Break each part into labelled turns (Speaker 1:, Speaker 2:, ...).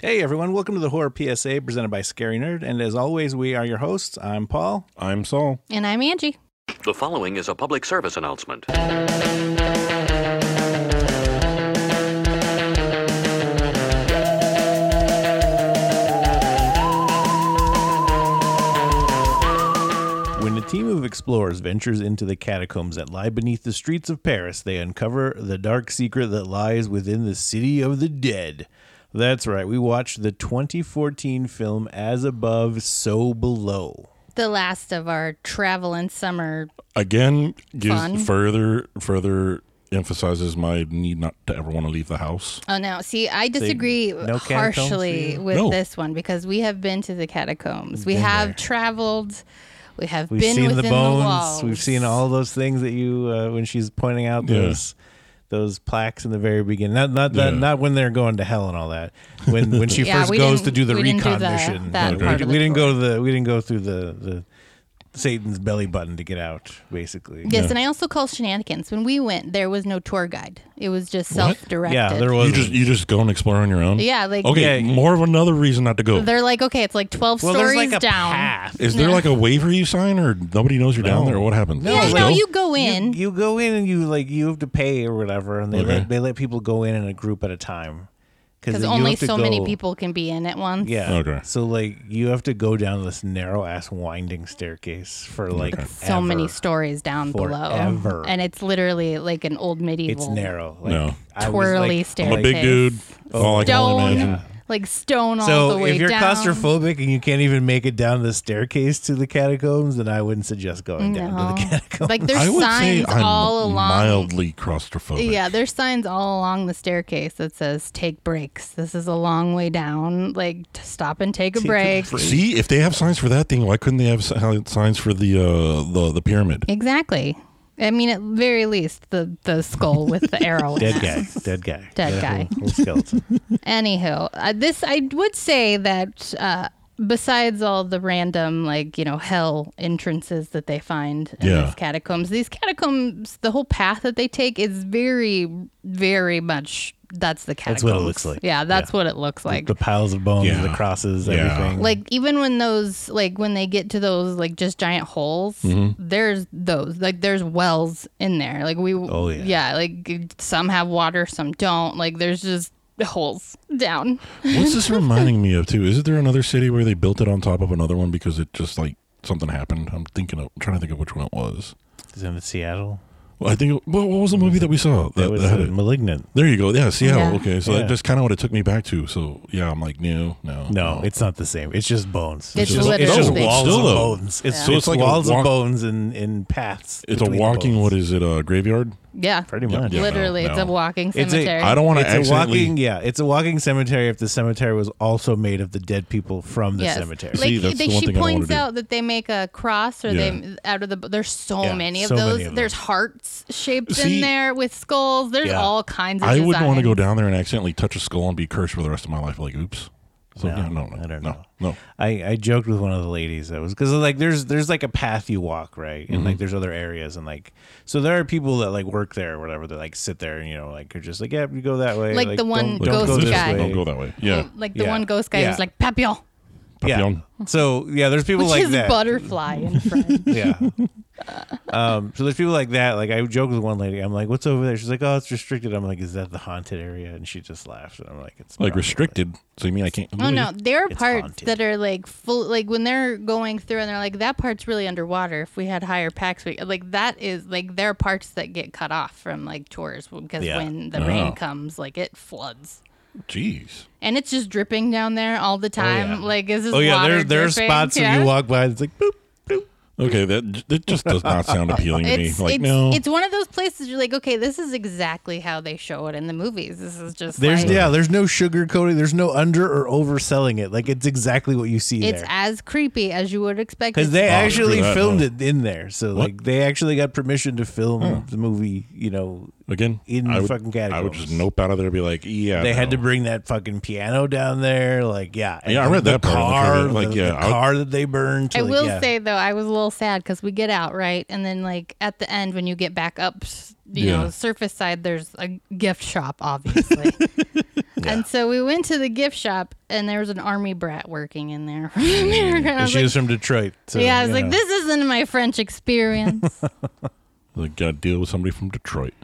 Speaker 1: Hey everyone, welcome to the Horror PSA presented by Scary Nerd. And as always, we are your hosts. I'm Paul.
Speaker 2: I'm Saul.
Speaker 3: And I'm Angie.
Speaker 4: The following is a public service announcement.
Speaker 1: When a team of explorers ventures into the catacombs that lie beneath the streets of Paris, they uncover the dark secret that lies within the city of the dead. That's right, we watched the 2014 film As Above, So Below.
Speaker 3: The last of our travel and summer.
Speaker 2: Again, gives
Speaker 3: Fun.
Speaker 2: further further emphasizes my need not to ever want to leave the house.
Speaker 3: Oh no! See, I disagree
Speaker 1: no catacombs for
Speaker 3: harshly
Speaker 1: you?
Speaker 3: with
Speaker 2: No.
Speaker 3: this one because we have been to the catacombs. We have traveled. We have
Speaker 1: We've
Speaker 3: been
Speaker 1: seen
Speaker 3: within
Speaker 1: the bones.
Speaker 3: walls.
Speaker 1: We've seen all those things that you uh, when she's pointing out
Speaker 2: Yeah.
Speaker 1: those those plaques in the very beginning. Not not that,
Speaker 2: Yeah.
Speaker 1: not when they're going to hell and all that. When when she
Speaker 3: Yeah,
Speaker 1: first
Speaker 3: we
Speaker 1: goes
Speaker 3: didn't-
Speaker 1: to do the
Speaker 3: we didn't do
Speaker 1: recon
Speaker 3: the-
Speaker 1: mission.
Speaker 3: that
Speaker 1: we,
Speaker 3: part of
Speaker 1: we
Speaker 3: the
Speaker 1: didn't go to the we didn't go through the the Satan's belly button to get out basically.
Speaker 3: Yes, and I also call shenanigans. When we went, there was no tour guide. It was just
Speaker 2: What?
Speaker 3: self-directed.
Speaker 1: Yeah, there was
Speaker 2: You just you just go and explore on your own.
Speaker 3: Yeah, like
Speaker 2: Okay,
Speaker 1: Yeah.
Speaker 2: more of another reason not to go.
Speaker 3: they're like, okay, it's like twelve
Speaker 1: well, there's
Speaker 3: stories
Speaker 1: like a
Speaker 3: down.
Speaker 1: path.
Speaker 2: Is there like a waiver you sign, or nobody knows you're
Speaker 1: No.
Speaker 2: down there? or What happens?
Speaker 1: No,
Speaker 2: You
Speaker 3: Yeah,
Speaker 2: just
Speaker 1: like-
Speaker 3: no,
Speaker 2: go?
Speaker 3: you go in.
Speaker 1: You, you go in and you like you have to pay or whatever, and they
Speaker 2: Okay.
Speaker 1: let they let people go in in a group at a time
Speaker 3: because
Speaker 1: you
Speaker 3: only
Speaker 1: have to
Speaker 3: so many
Speaker 1: go-
Speaker 3: people can be in at once.
Speaker 1: Yeah.
Speaker 2: Okay.
Speaker 1: So like you have to go down this narrow ass winding staircase for like
Speaker 3: so many
Speaker 1: ever.
Speaker 3: stories down
Speaker 1: Forever.
Speaker 3: below, and it's literally like an old medieval.
Speaker 1: It's narrow. Like,
Speaker 2: No.
Speaker 1: I was,
Speaker 3: Twirly
Speaker 1: like-
Speaker 3: staircase.
Speaker 2: I'm a big dude. all Oh, I can only
Speaker 3: Stone,
Speaker 2: imagine.
Speaker 3: like stone all the
Speaker 1: So
Speaker 3: way
Speaker 1: if you're
Speaker 3: down.
Speaker 1: claustrophobic and you can't even make it down the staircase to the catacombs, then I wouldn't suggest going down to the
Speaker 3: No.
Speaker 1: catacombs.
Speaker 3: like there's
Speaker 2: I would
Speaker 3: signs
Speaker 2: say I'm
Speaker 3: all along.
Speaker 2: mildly claustrophobic.
Speaker 3: Yeah, there's signs all along the staircase that says "Take breaks." This is a long way down. Like to stop and take a break.
Speaker 2: See, if they have signs for that thing, why couldn't they have si- signs for the uh, the the pyramid?
Speaker 3: Exactly. I mean, at very least, the the skull with the arrow. in
Speaker 1: dead
Speaker 3: it.
Speaker 1: guy, dead guy,
Speaker 3: Dead
Speaker 1: Yeah,
Speaker 3: guy.
Speaker 1: whole- whole skeleton.
Speaker 3: Anywho, uh, this I would say that uh, besides all the random like you know hell entrances that they find in
Speaker 2: Yeah.
Speaker 3: these catacombs, these catacombs, the whole path that they take is very, very much that's the catacombs.
Speaker 1: That's what it looks like.
Speaker 3: Yeah, that's what it looks like.
Speaker 1: the piles of bones,
Speaker 2: Yeah.
Speaker 1: the crosses,
Speaker 2: Yeah.
Speaker 1: everything.
Speaker 3: like even when those like when they get to those like just giant holes
Speaker 1: Mm-hmm.
Speaker 3: there's those like there's wells in there like we
Speaker 1: Oh, yeah.
Speaker 3: like some have water some don't like there's just holes down
Speaker 2: What's this reminding me of too? Is there another city where they built it on top of another one because it just like something happened? I'm thinking of I'm trying to think of which one it was.
Speaker 1: Is it in Seattle?
Speaker 2: Well, I think well, what was the movie that we saw that,
Speaker 1: That was
Speaker 2: that had
Speaker 1: uh,
Speaker 2: it?
Speaker 1: malignant.
Speaker 2: There you go. Yeah, Seattle.
Speaker 3: Yeah.
Speaker 2: Okay, so
Speaker 1: Yeah.
Speaker 2: that, that's kind of what it took me back to. So yeah, I'm like, no, no,
Speaker 1: No, it's not the same. It's just bones.
Speaker 3: It's
Speaker 1: just, it's
Speaker 3: literally
Speaker 1: just
Speaker 3: No, it's
Speaker 1: walls
Speaker 2: still
Speaker 1: of
Speaker 2: a-
Speaker 1: bones. It's, it's,
Speaker 2: So it's like a
Speaker 1: walls
Speaker 2: walk-
Speaker 1: of bones and, and paths.
Speaker 2: it's a
Speaker 1: between
Speaker 2: walking.
Speaker 1: bones.
Speaker 2: What is it? A graveyard?
Speaker 3: yeah
Speaker 1: Pretty
Speaker 2: Yeah,
Speaker 1: much.
Speaker 2: yeah.
Speaker 3: literally
Speaker 2: no,
Speaker 3: it's a
Speaker 2: no.
Speaker 3: walking
Speaker 1: It's a-
Speaker 3: cemetery
Speaker 2: I don't want to
Speaker 1: It's a
Speaker 2: accidentally.
Speaker 1: walking, yeah. It's a walking cemetery. If the cemetery was also made of the dead people from the
Speaker 3: Yes.
Speaker 1: cemetery,
Speaker 3: Like
Speaker 2: See, that's
Speaker 3: they,
Speaker 2: the one
Speaker 3: she
Speaker 2: thing I wanna
Speaker 3: points
Speaker 2: do.
Speaker 3: out that they make a cross or
Speaker 2: Yeah.
Speaker 3: they out of the there's so
Speaker 1: Yeah,
Speaker 3: many of
Speaker 1: so many
Speaker 3: those.
Speaker 1: of them.
Speaker 3: there's hearts shaped
Speaker 2: See,
Speaker 3: in there with skulls. There's
Speaker 1: Yeah.
Speaker 3: all kinds of
Speaker 2: I wouldn't want to go
Speaker 3: designs.
Speaker 2: down there and accidentally touch a skull and be cursed for the rest of my life. Like, oops. So
Speaker 1: No,
Speaker 2: yeah, no, no,
Speaker 1: I don't
Speaker 2: no,
Speaker 1: know.
Speaker 2: no.
Speaker 1: I, I joked with one of the ladies that was because like there's there's like a path you walk right, and
Speaker 2: Mm-hmm.
Speaker 1: like there's other areas and like so there are people that like work there or whatever that like sit there and you know like are just like yeah you go that way
Speaker 3: Like the one
Speaker 1: don't, don't
Speaker 3: ghost
Speaker 1: go this
Speaker 3: guy.
Speaker 1: way.
Speaker 2: Don't go that way. Yeah.
Speaker 3: Like the
Speaker 1: Yeah.
Speaker 3: one ghost guy
Speaker 1: Yeah.
Speaker 3: who's like papillon,
Speaker 1: yeah
Speaker 2: Papillon.
Speaker 1: so yeah there's people
Speaker 3: which
Speaker 1: like
Speaker 3: is
Speaker 1: that
Speaker 3: butterfly in French.
Speaker 1: Yeah. um, so there's people like that. Like I joked with one lady. I'm like, "What's over there?" She's like, "Oh, it's restricted." I'm like, "Is that the haunted area?" And she just laughs. And I'm like, "It's
Speaker 2: Like
Speaker 1: probably-
Speaker 2: restricted. So you mean I can't?
Speaker 3: Oh no, there are
Speaker 1: It's
Speaker 3: parts
Speaker 1: haunted.
Speaker 3: that are like full. Like when they're going through and they're like that part's really underwater. If we had higher packs, we like that is like there are parts that get cut off from like tours because
Speaker 1: Yeah.
Speaker 3: when the
Speaker 2: Oh.
Speaker 3: rain comes, like it floods.
Speaker 2: Jeez.
Speaker 3: and it's just dripping down there all the time.
Speaker 1: yeah.
Speaker 3: Like is this
Speaker 1: Oh yeah,
Speaker 3: water
Speaker 1: there there's
Speaker 3: dripping?
Speaker 1: spots
Speaker 3: yeah.
Speaker 1: where you walk by. And it's like boop.
Speaker 2: Okay, that that just does not sound appealing to me.
Speaker 3: It's
Speaker 2: Like
Speaker 3: it's,
Speaker 2: no,
Speaker 3: it's one of those places you're like, okay, this is exactly how they show it in the movies. This is just
Speaker 1: There's
Speaker 3: like,
Speaker 1: yeah, there's no sugar coating. There's no under or overselling it. Like it's exactly what you see
Speaker 3: it's
Speaker 1: there.
Speaker 3: as creepy as you would expect.
Speaker 1: Because
Speaker 3: it
Speaker 1: they
Speaker 3: to be.
Speaker 1: actually
Speaker 2: screw that,
Speaker 1: filmed
Speaker 2: no.
Speaker 1: it in there, so like they actually got permission to film the movie. You know,
Speaker 2: again
Speaker 1: in
Speaker 2: I
Speaker 1: the
Speaker 2: would,
Speaker 1: fucking
Speaker 2: I would just
Speaker 1: catacombs.
Speaker 2: nope out of there and be like, yeah.
Speaker 1: they had to
Speaker 2: no.
Speaker 1: bring that fucking piano down there. Like yeah, and
Speaker 2: Yeah, I read
Speaker 1: the
Speaker 2: that part in the
Speaker 1: car,
Speaker 2: trivia, like,
Speaker 1: the,
Speaker 2: yeah,
Speaker 1: the
Speaker 2: I would-
Speaker 1: car that they burned. To,
Speaker 3: I
Speaker 1: like,
Speaker 3: will
Speaker 1: yeah.
Speaker 3: say though, I was a little sad because we get out right, and then like at the end when you get back up, s- you
Speaker 2: Yeah.
Speaker 3: know, surface side, there's a gift shop, obviously. And so we went to the gift shop, and there was an army brat working in there from
Speaker 1: Mm.
Speaker 3: America. And I
Speaker 1: And
Speaker 3: was
Speaker 1: she
Speaker 3: like,
Speaker 1: was from Detroit. So,
Speaker 3: yeah, I was
Speaker 1: you
Speaker 3: like,
Speaker 1: know.
Speaker 3: this isn't my French experience.
Speaker 2: Like, got to deal with somebody from Detroit.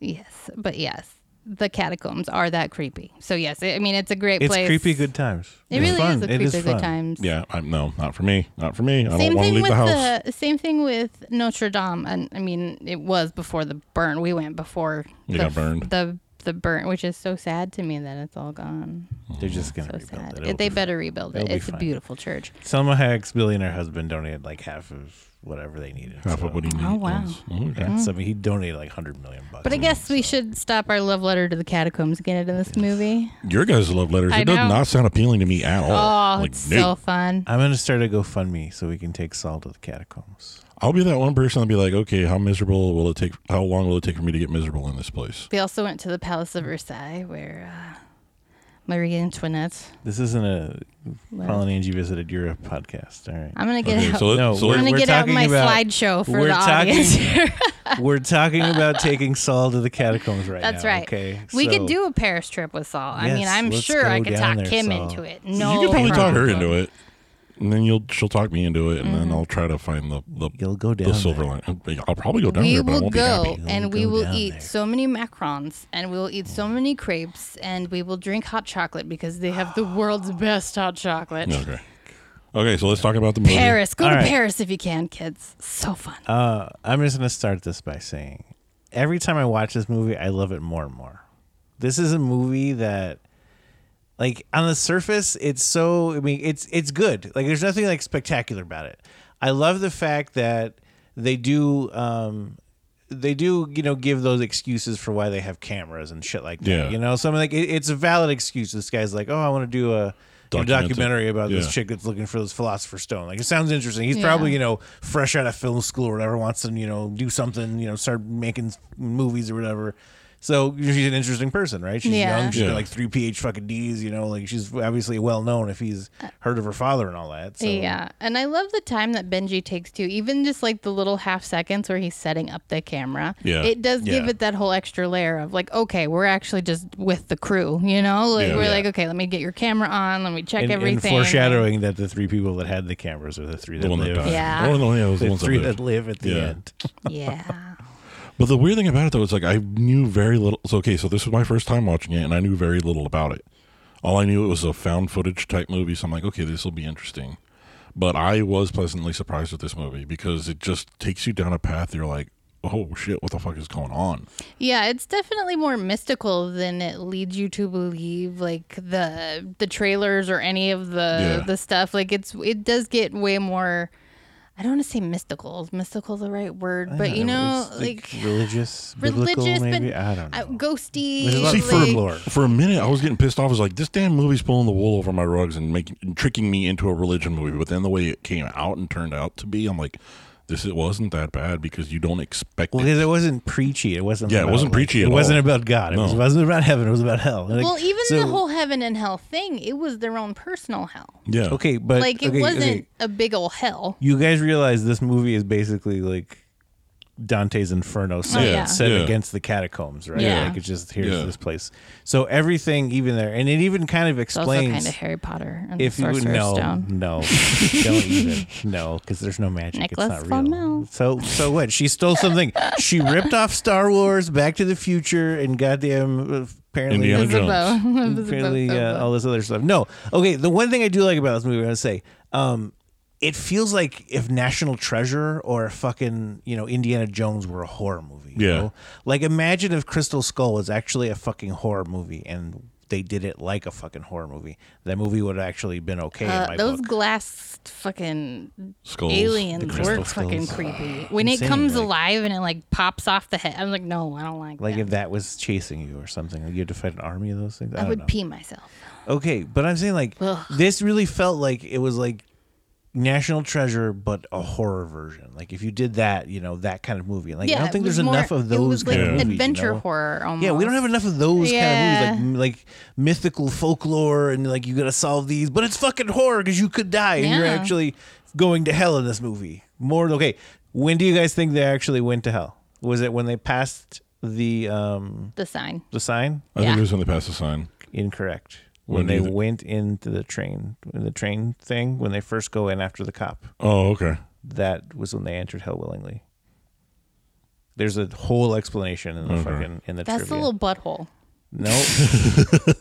Speaker 3: yes, but yes, the catacombs are that creepy. So yes, I I mean it's a great
Speaker 1: It's
Speaker 3: place.
Speaker 1: creepy good times.
Speaker 3: It
Speaker 1: It's
Speaker 3: really
Speaker 1: fun.
Speaker 3: is a
Speaker 1: It
Speaker 3: creepy good
Speaker 1: fun.
Speaker 3: times.
Speaker 2: Yeah, I'm no, not for me, not for me. I don't
Speaker 3: Same
Speaker 2: want
Speaker 3: thing
Speaker 2: to leave
Speaker 3: with
Speaker 2: the house.
Speaker 3: same thing with Notre Dame, and I mean it was before the burn. We went before
Speaker 2: You
Speaker 3: the,
Speaker 2: got burned.
Speaker 3: the the burn, which is so sad to me that it's all gone.
Speaker 1: They're just gonna
Speaker 3: So
Speaker 1: rebuild
Speaker 3: sad.
Speaker 1: it. It'll
Speaker 3: they
Speaker 1: be
Speaker 3: better rebuild
Speaker 1: It'll
Speaker 3: it.
Speaker 1: be
Speaker 3: It's a
Speaker 1: fine.
Speaker 3: beautiful church.
Speaker 1: fun. Selma Hayek's billionaire husband donated like half of whatever they needed.
Speaker 2: Half
Speaker 1: so-
Speaker 2: of what he needs.
Speaker 3: Oh, wow.
Speaker 2: Okay.
Speaker 1: Yeah, so I mean, he donated like hundred million bucks.
Speaker 3: But I guess we should stop our love letter to the catacombs and get into this movie.
Speaker 2: Your guys' love letters.
Speaker 3: I
Speaker 2: it does
Speaker 3: know.
Speaker 2: not sound appealing to me at all.
Speaker 3: Oh,
Speaker 2: like,
Speaker 3: it's
Speaker 2: nope.
Speaker 3: so fun.
Speaker 1: I'm gonna start a GoFundMe so we can take Saul to the catacombs.
Speaker 2: I'll be that one person. I'll be like, okay, how miserable will it take? How long will it take for me to get miserable in this place?
Speaker 3: We also went to the Palace of Versailles where uh, Marie Antoinette.
Speaker 1: This isn't a
Speaker 3: lived.
Speaker 1: Paul and Angie visited Europe podcast. All right.
Speaker 3: I'm gonna get
Speaker 2: Okay,
Speaker 3: out.
Speaker 2: so, let,
Speaker 1: No,
Speaker 2: so
Speaker 3: I'm
Speaker 1: we're-
Speaker 3: gonna
Speaker 2: let,
Speaker 1: we're
Speaker 3: get out
Speaker 1: talking
Speaker 3: my
Speaker 1: about-
Speaker 3: slideshow for
Speaker 1: we're
Speaker 3: the
Speaker 1: talking-
Speaker 3: audience. here.
Speaker 1: We're talking about taking Saul to the catacombs right
Speaker 3: That's
Speaker 1: now.
Speaker 3: right.
Speaker 1: Okay.
Speaker 3: we
Speaker 1: So-
Speaker 3: could do a Paris trip with Saul. I mean,
Speaker 1: Yes,
Speaker 3: I'm
Speaker 1: let's
Speaker 3: sure I
Speaker 1: go
Speaker 3: could
Speaker 1: down
Speaker 3: talk
Speaker 1: there,
Speaker 3: him
Speaker 1: Saul.
Speaker 3: into it. No,
Speaker 2: you can probably talk
Speaker 3: problem.
Speaker 2: her
Speaker 3: Mm-hmm.
Speaker 2: into it, and then you'll she'll talk me into it, and then I'll try to find the the,
Speaker 1: You'll go down.
Speaker 2: the silver
Speaker 1: there.
Speaker 2: line. I'll probably go down
Speaker 3: we
Speaker 2: there, but I
Speaker 3: will
Speaker 2: won't be
Speaker 3: go
Speaker 2: happy.
Speaker 1: We'll
Speaker 3: and we
Speaker 1: go
Speaker 3: will
Speaker 1: down
Speaker 3: eat
Speaker 1: there.
Speaker 3: so many macarons and we will eat so many crepes and we will drink hot chocolate because they have the world's best hot chocolate.
Speaker 2: Okay. Okay, so let's talk about the movie.
Speaker 3: Paris, go
Speaker 1: All
Speaker 3: to
Speaker 1: right.
Speaker 3: Paris if you can, kids. So fun.
Speaker 1: Uh, I'm just gonna start this by saying, every time I watch this movie, I love it more and more. This is a movie that, like, on the surface, it's so. I mean, it's it's good. Like, there's nothing like spectacular about it. I love the fact that they do. Um, they do, you know, give those excuses for why they have cameras and shit like that.
Speaker 2: Yeah.
Speaker 1: You know, so I'm like, it, it's a valid excuse. This guy's like, oh, I want to do a a
Speaker 2: Documentary.
Speaker 1: documentary about this
Speaker 2: Yeah.
Speaker 1: chick that's looking for this philosopher's stone. Like, it sounds interesting. He's
Speaker 3: Yeah.
Speaker 1: probably, you know, fresh out of film school or whatever, wants to, you know, do something, you know, start making movies or whatever. So she's an interesting person, right? She's
Speaker 3: Yeah.
Speaker 1: young. She's
Speaker 2: Yeah.
Speaker 1: got like three PH fucking D's, you know, like she's obviously well known if he's heard of her father and all that. So
Speaker 3: Uh, Yeah, and I love the time that Benji takes too. Even just like the little half seconds where he's setting up the camera,
Speaker 2: Yeah.
Speaker 3: it does give
Speaker 1: Yeah.
Speaker 3: it that whole extra layer of like, okay, we're actually just with the crew, you know? Like
Speaker 2: Yeah.
Speaker 3: we're
Speaker 2: Yeah.
Speaker 3: like, okay, let me get your camera on, let me check
Speaker 1: and, and
Speaker 3: everything.
Speaker 1: foreshadowing that the three people that had the cameras are the three that
Speaker 2: The one that
Speaker 1: live.
Speaker 2: died.
Speaker 3: Yeah.
Speaker 2: One of the, yeah, it was the
Speaker 1: The
Speaker 2: ones that
Speaker 1: three
Speaker 2: lived.
Speaker 1: that live at the
Speaker 2: Yeah.
Speaker 1: end.
Speaker 3: Yeah,
Speaker 2: But the weird thing about it though is like I knew very little. So okay, so this was my first time watching it, and I knew very little about it. All I knew it was a found footage type movie, so I'm like, okay, this will be interesting. But I was pleasantly surprised with this movie because it just takes you down a path. You're like, oh shit, what the fuck is going on?
Speaker 3: yeah, it's definitely more mystical than it leads you to believe. Like the the trailers or any of the
Speaker 2: Yeah.
Speaker 3: the stuff, like it's it does get way more. I don't want to say mystical. Is mystical the right word? But you know,
Speaker 1: It's,
Speaker 3: like.
Speaker 1: religious, biblical,
Speaker 3: religious,
Speaker 1: maybe
Speaker 3: but
Speaker 1: I don't know.
Speaker 3: uh, ghosty.
Speaker 1: There's a lot
Speaker 2: See,
Speaker 1: of
Speaker 2: for,
Speaker 1: folklore.
Speaker 2: for a minute, I was getting pissed off. I was like, this damn movie's pulling the wool over my rugs and making and tricking me into a religion movie. But then the way it came out and turned out to be, I'm like, this it wasn't that bad because you don't expect
Speaker 1: Well,
Speaker 2: it.
Speaker 1: because it wasn't preachy. It wasn't.
Speaker 2: Yeah, it
Speaker 1: about,
Speaker 2: wasn't preachy
Speaker 1: Like, it
Speaker 2: at
Speaker 1: wasn't
Speaker 2: all.
Speaker 1: about God. It
Speaker 2: No.
Speaker 1: was, wasn't about heaven. It was about hell. Like,
Speaker 3: well, even
Speaker 1: so-
Speaker 3: the whole heaven and hell thing, it was their own personal hell.
Speaker 2: Yeah.
Speaker 1: Okay, but
Speaker 3: Like it
Speaker 1: okay,
Speaker 3: wasn't
Speaker 1: okay.
Speaker 3: a big ol' hell.
Speaker 1: You guys realize this movie is basically like Dante's Inferno set,
Speaker 3: Oh, yeah.
Speaker 1: set
Speaker 2: Yeah.
Speaker 1: against the catacombs, right?
Speaker 3: Yeah.
Speaker 1: Like it's just here's
Speaker 2: Yeah.
Speaker 1: this place. So everything, even there, and it even kind of
Speaker 3: It's also
Speaker 1: explains
Speaker 3: kind of Harry Potter and
Speaker 1: if you
Speaker 3: Sorcerer's
Speaker 1: no
Speaker 3: Stone.
Speaker 1: no don't even no because there's no magic
Speaker 3: Nicholas
Speaker 1: it's not
Speaker 3: Flamel.
Speaker 1: real so so what she stole something she ripped off star wars back to the future and goddamn uh, apparently
Speaker 2: Indiana Jones.
Speaker 3: Bow.
Speaker 1: apparently uh, all this other stuff no okay the one thing i do like about this movie i would say um it feels like if National Treasure or fucking, you know, Indiana Jones were a horror movie. you
Speaker 2: Yeah.
Speaker 1: know? Like imagine if Crystal Skull was actually a fucking horror movie and they did it like a fucking horror movie. That movie would have actually been okay in
Speaker 3: Uh,
Speaker 1: my
Speaker 3: those
Speaker 1: book.
Speaker 3: glass fucking
Speaker 2: Skulls.
Speaker 3: aliens
Speaker 1: crystal
Speaker 3: were fucking
Speaker 1: skulls. Ah,
Speaker 3: creepy. When it
Speaker 1: Insane,
Speaker 3: comes
Speaker 1: like-
Speaker 3: alive and it like pops off the head, I'm like, no, I don't like,
Speaker 1: Like
Speaker 3: that.
Speaker 1: if that was chasing you or something, like you had to fight an army of those things. I,
Speaker 3: I
Speaker 1: don't
Speaker 3: would
Speaker 1: know.
Speaker 3: pee myself.
Speaker 1: Okay, but I'm saying like
Speaker 3: Ugh.
Speaker 1: this really felt like it was like National Treasure, but a horror version. Like if you did that, you know that kind of movie. Like I
Speaker 3: Yeah,
Speaker 1: don't
Speaker 3: it
Speaker 1: think
Speaker 3: was
Speaker 1: there's
Speaker 3: more-
Speaker 1: enough of
Speaker 3: It
Speaker 1: those
Speaker 3: was
Speaker 1: kind
Speaker 3: like
Speaker 1: of movies. you
Speaker 3: adventure
Speaker 1: know?
Speaker 3: horror. Almost.
Speaker 1: Yeah, we don't have enough of those kind
Speaker 3: Yeah.
Speaker 1: of movies, like m- like mythical folklore, and like you gotta solve these, but it's fucking horror because you could die and you're
Speaker 3: Yeah.
Speaker 1: actually going to hell in this movie. More okay. When do you guys think they actually went to hell? Was it when they passed the um
Speaker 3: the sign.
Speaker 1: the sign?
Speaker 2: I think
Speaker 3: Yeah.
Speaker 2: it was when they passed the sign.
Speaker 1: Incorrect. When,
Speaker 2: When do
Speaker 1: they
Speaker 2: you thi-
Speaker 1: went into the train, in the train thing, when they first go in after the cop,
Speaker 2: Oh, okay.
Speaker 1: that was when they entered Hell willingly. There's a whole explanation in the fucking in the
Speaker 3: That's the
Speaker 1: trivia.
Speaker 3: little butthole.
Speaker 1: No,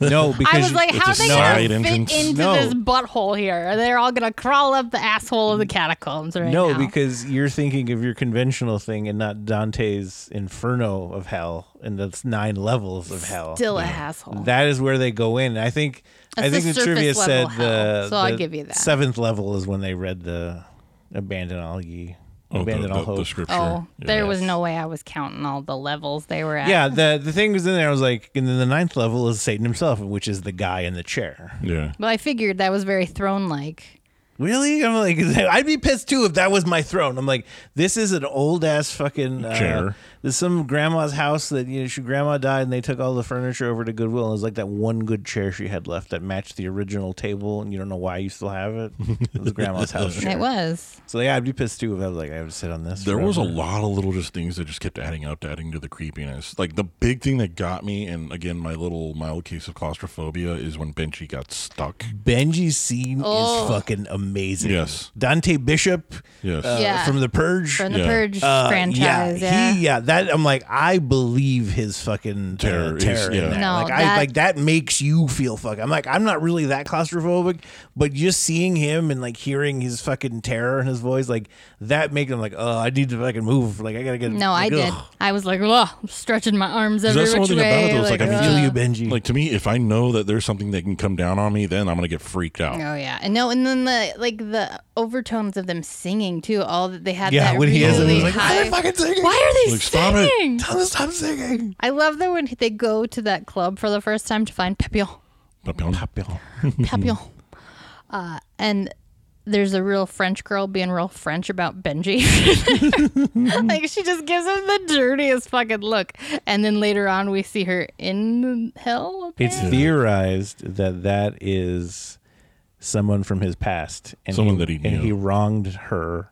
Speaker 1: no, because
Speaker 3: I was like,
Speaker 2: it's
Speaker 3: how
Speaker 2: a
Speaker 3: are they
Speaker 2: side
Speaker 3: gonna
Speaker 2: entrance.
Speaker 3: fit into
Speaker 1: No.
Speaker 3: this butthole here? They're all gonna crawl up the asshole of the catacombs right
Speaker 1: no,
Speaker 3: now.
Speaker 1: because you're thinking of your conventional thing and not Dante's Inferno of Hell and the nine levels of hell.
Speaker 3: still a asshole.
Speaker 1: That is where they go in. I think I
Speaker 3: That's the
Speaker 1: think the
Speaker 3: surface
Speaker 1: trivia
Speaker 3: level
Speaker 1: said
Speaker 3: hell,
Speaker 1: the,
Speaker 3: so I'll
Speaker 1: the
Speaker 3: give you that.
Speaker 1: seventh level is when they read the abandon all ye,
Speaker 2: Oh, the,
Speaker 1: abandon all
Speaker 2: the-
Speaker 1: hope.
Speaker 2: the scripture.
Speaker 3: oh, there was
Speaker 1: Yes.
Speaker 3: no way I was counting all the levels they were at.
Speaker 1: yeah, the the thing was in there. I was like, and then the ninth level is Satan himself, which is the guy in the chair.
Speaker 2: Yeah.
Speaker 3: Well, I figured that was very throne like.
Speaker 1: Really? I'm like, I'd be pissed too if that was my throne. I'm like, this is an old ass fucking uh,
Speaker 2: Chair.
Speaker 1: This is some grandma's house that you know she grandma died and they took all the furniture over to Goodwill and it was like that one good chair she had left that matched the original table and you don't know why you still have it. It was grandma's house. chair.
Speaker 3: It was.
Speaker 1: So yeah, I'd be pissed too if I was like, I would sit on this.
Speaker 2: There was a
Speaker 1: forever.
Speaker 2: lot of little just things that just kept adding up, adding to the creepiness. Like the big thing that got me, and again, my little mild case of claustrophobia is when Benji got stuck.
Speaker 1: Benji's scene
Speaker 3: Oh.
Speaker 1: is fucking amazing.
Speaker 2: Yes.
Speaker 1: Dante Bishop
Speaker 2: Yes.
Speaker 1: uh,
Speaker 3: Yeah.
Speaker 1: from The Purge.
Speaker 3: From the
Speaker 2: Yeah.
Speaker 3: Purge
Speaker 1: Uh,
Speaker 3: franchise. Yeah.
Speaker 1: He, yeah, that I'm like, I believe his fucking terror.
Speaker 2: Terror
Speaker 1: Uh,
Speaker 2: is-
Speaker 1: terror in
Speaker 2: yeah.
Speaker 1: that.
Speaker 3: No,
Speaker 1: like I
Speaker 3: that-
Speaker 1: like that makes you feel fuck. I'm like, I'm not really that claustrophobic, but just seeing him and like hearing his fucking terror in his voice, like that makes him like, oh, I need to fucking move. Like I gotta get.
Speaker 3: no, I
Speaker 1: like,
Speaker 3: did.
Speaker 1: ugh.
Speaker 3: I was like, Ugh, I'm stretching my arms
Speaker 2: Is
Speaker 3: every
Speaker 2: that
Speaker 3: which
Speaker 2: something about
Speaker 3: way.
Speaker 2: it that was
Speaker 3: like,
Speaker 2: like, I mean,
Speaker 1: Kill
Speaker 3: "Ugh."
Speaker 1: you, Benji.
Speaker 2: Like to me, if I know that there's something that can come down on me, then I'm gonna get freaked out.
Speaker 3: Oh yeah, and no, and then the like the overtones of them singing too. All that they had.
Speaker 1: yeah,
Speaker 3: that
Speaker 1: when he is, it
Speaker 3: really
Speaker 1: was like, why are
Speaker 3: high.
Speaker 1: they fucking singing?
Speaker 3: Why are they
Speaker 2: Like, stop it.
Speaker 3: singing?
Speaker 1: Tell us, stop singing.
Speaker 3: I love that when they go to that club for the first time to find Papillon.
Speaker 2: Papillon.
Speaker 1: Mm-hmm.
Speaker 3: Papillon. Uh, and there's a real French girl being real French about Benji. like she just gives him the dirtiest fucking look. And then later on we see her in hell. apparently.
Speaker 1: It's theorized that that is someone from his past, and
Speaker 2: Someone that he
Speaker 1: and
Speaker 2: knew.
Speaker 1: he wronged her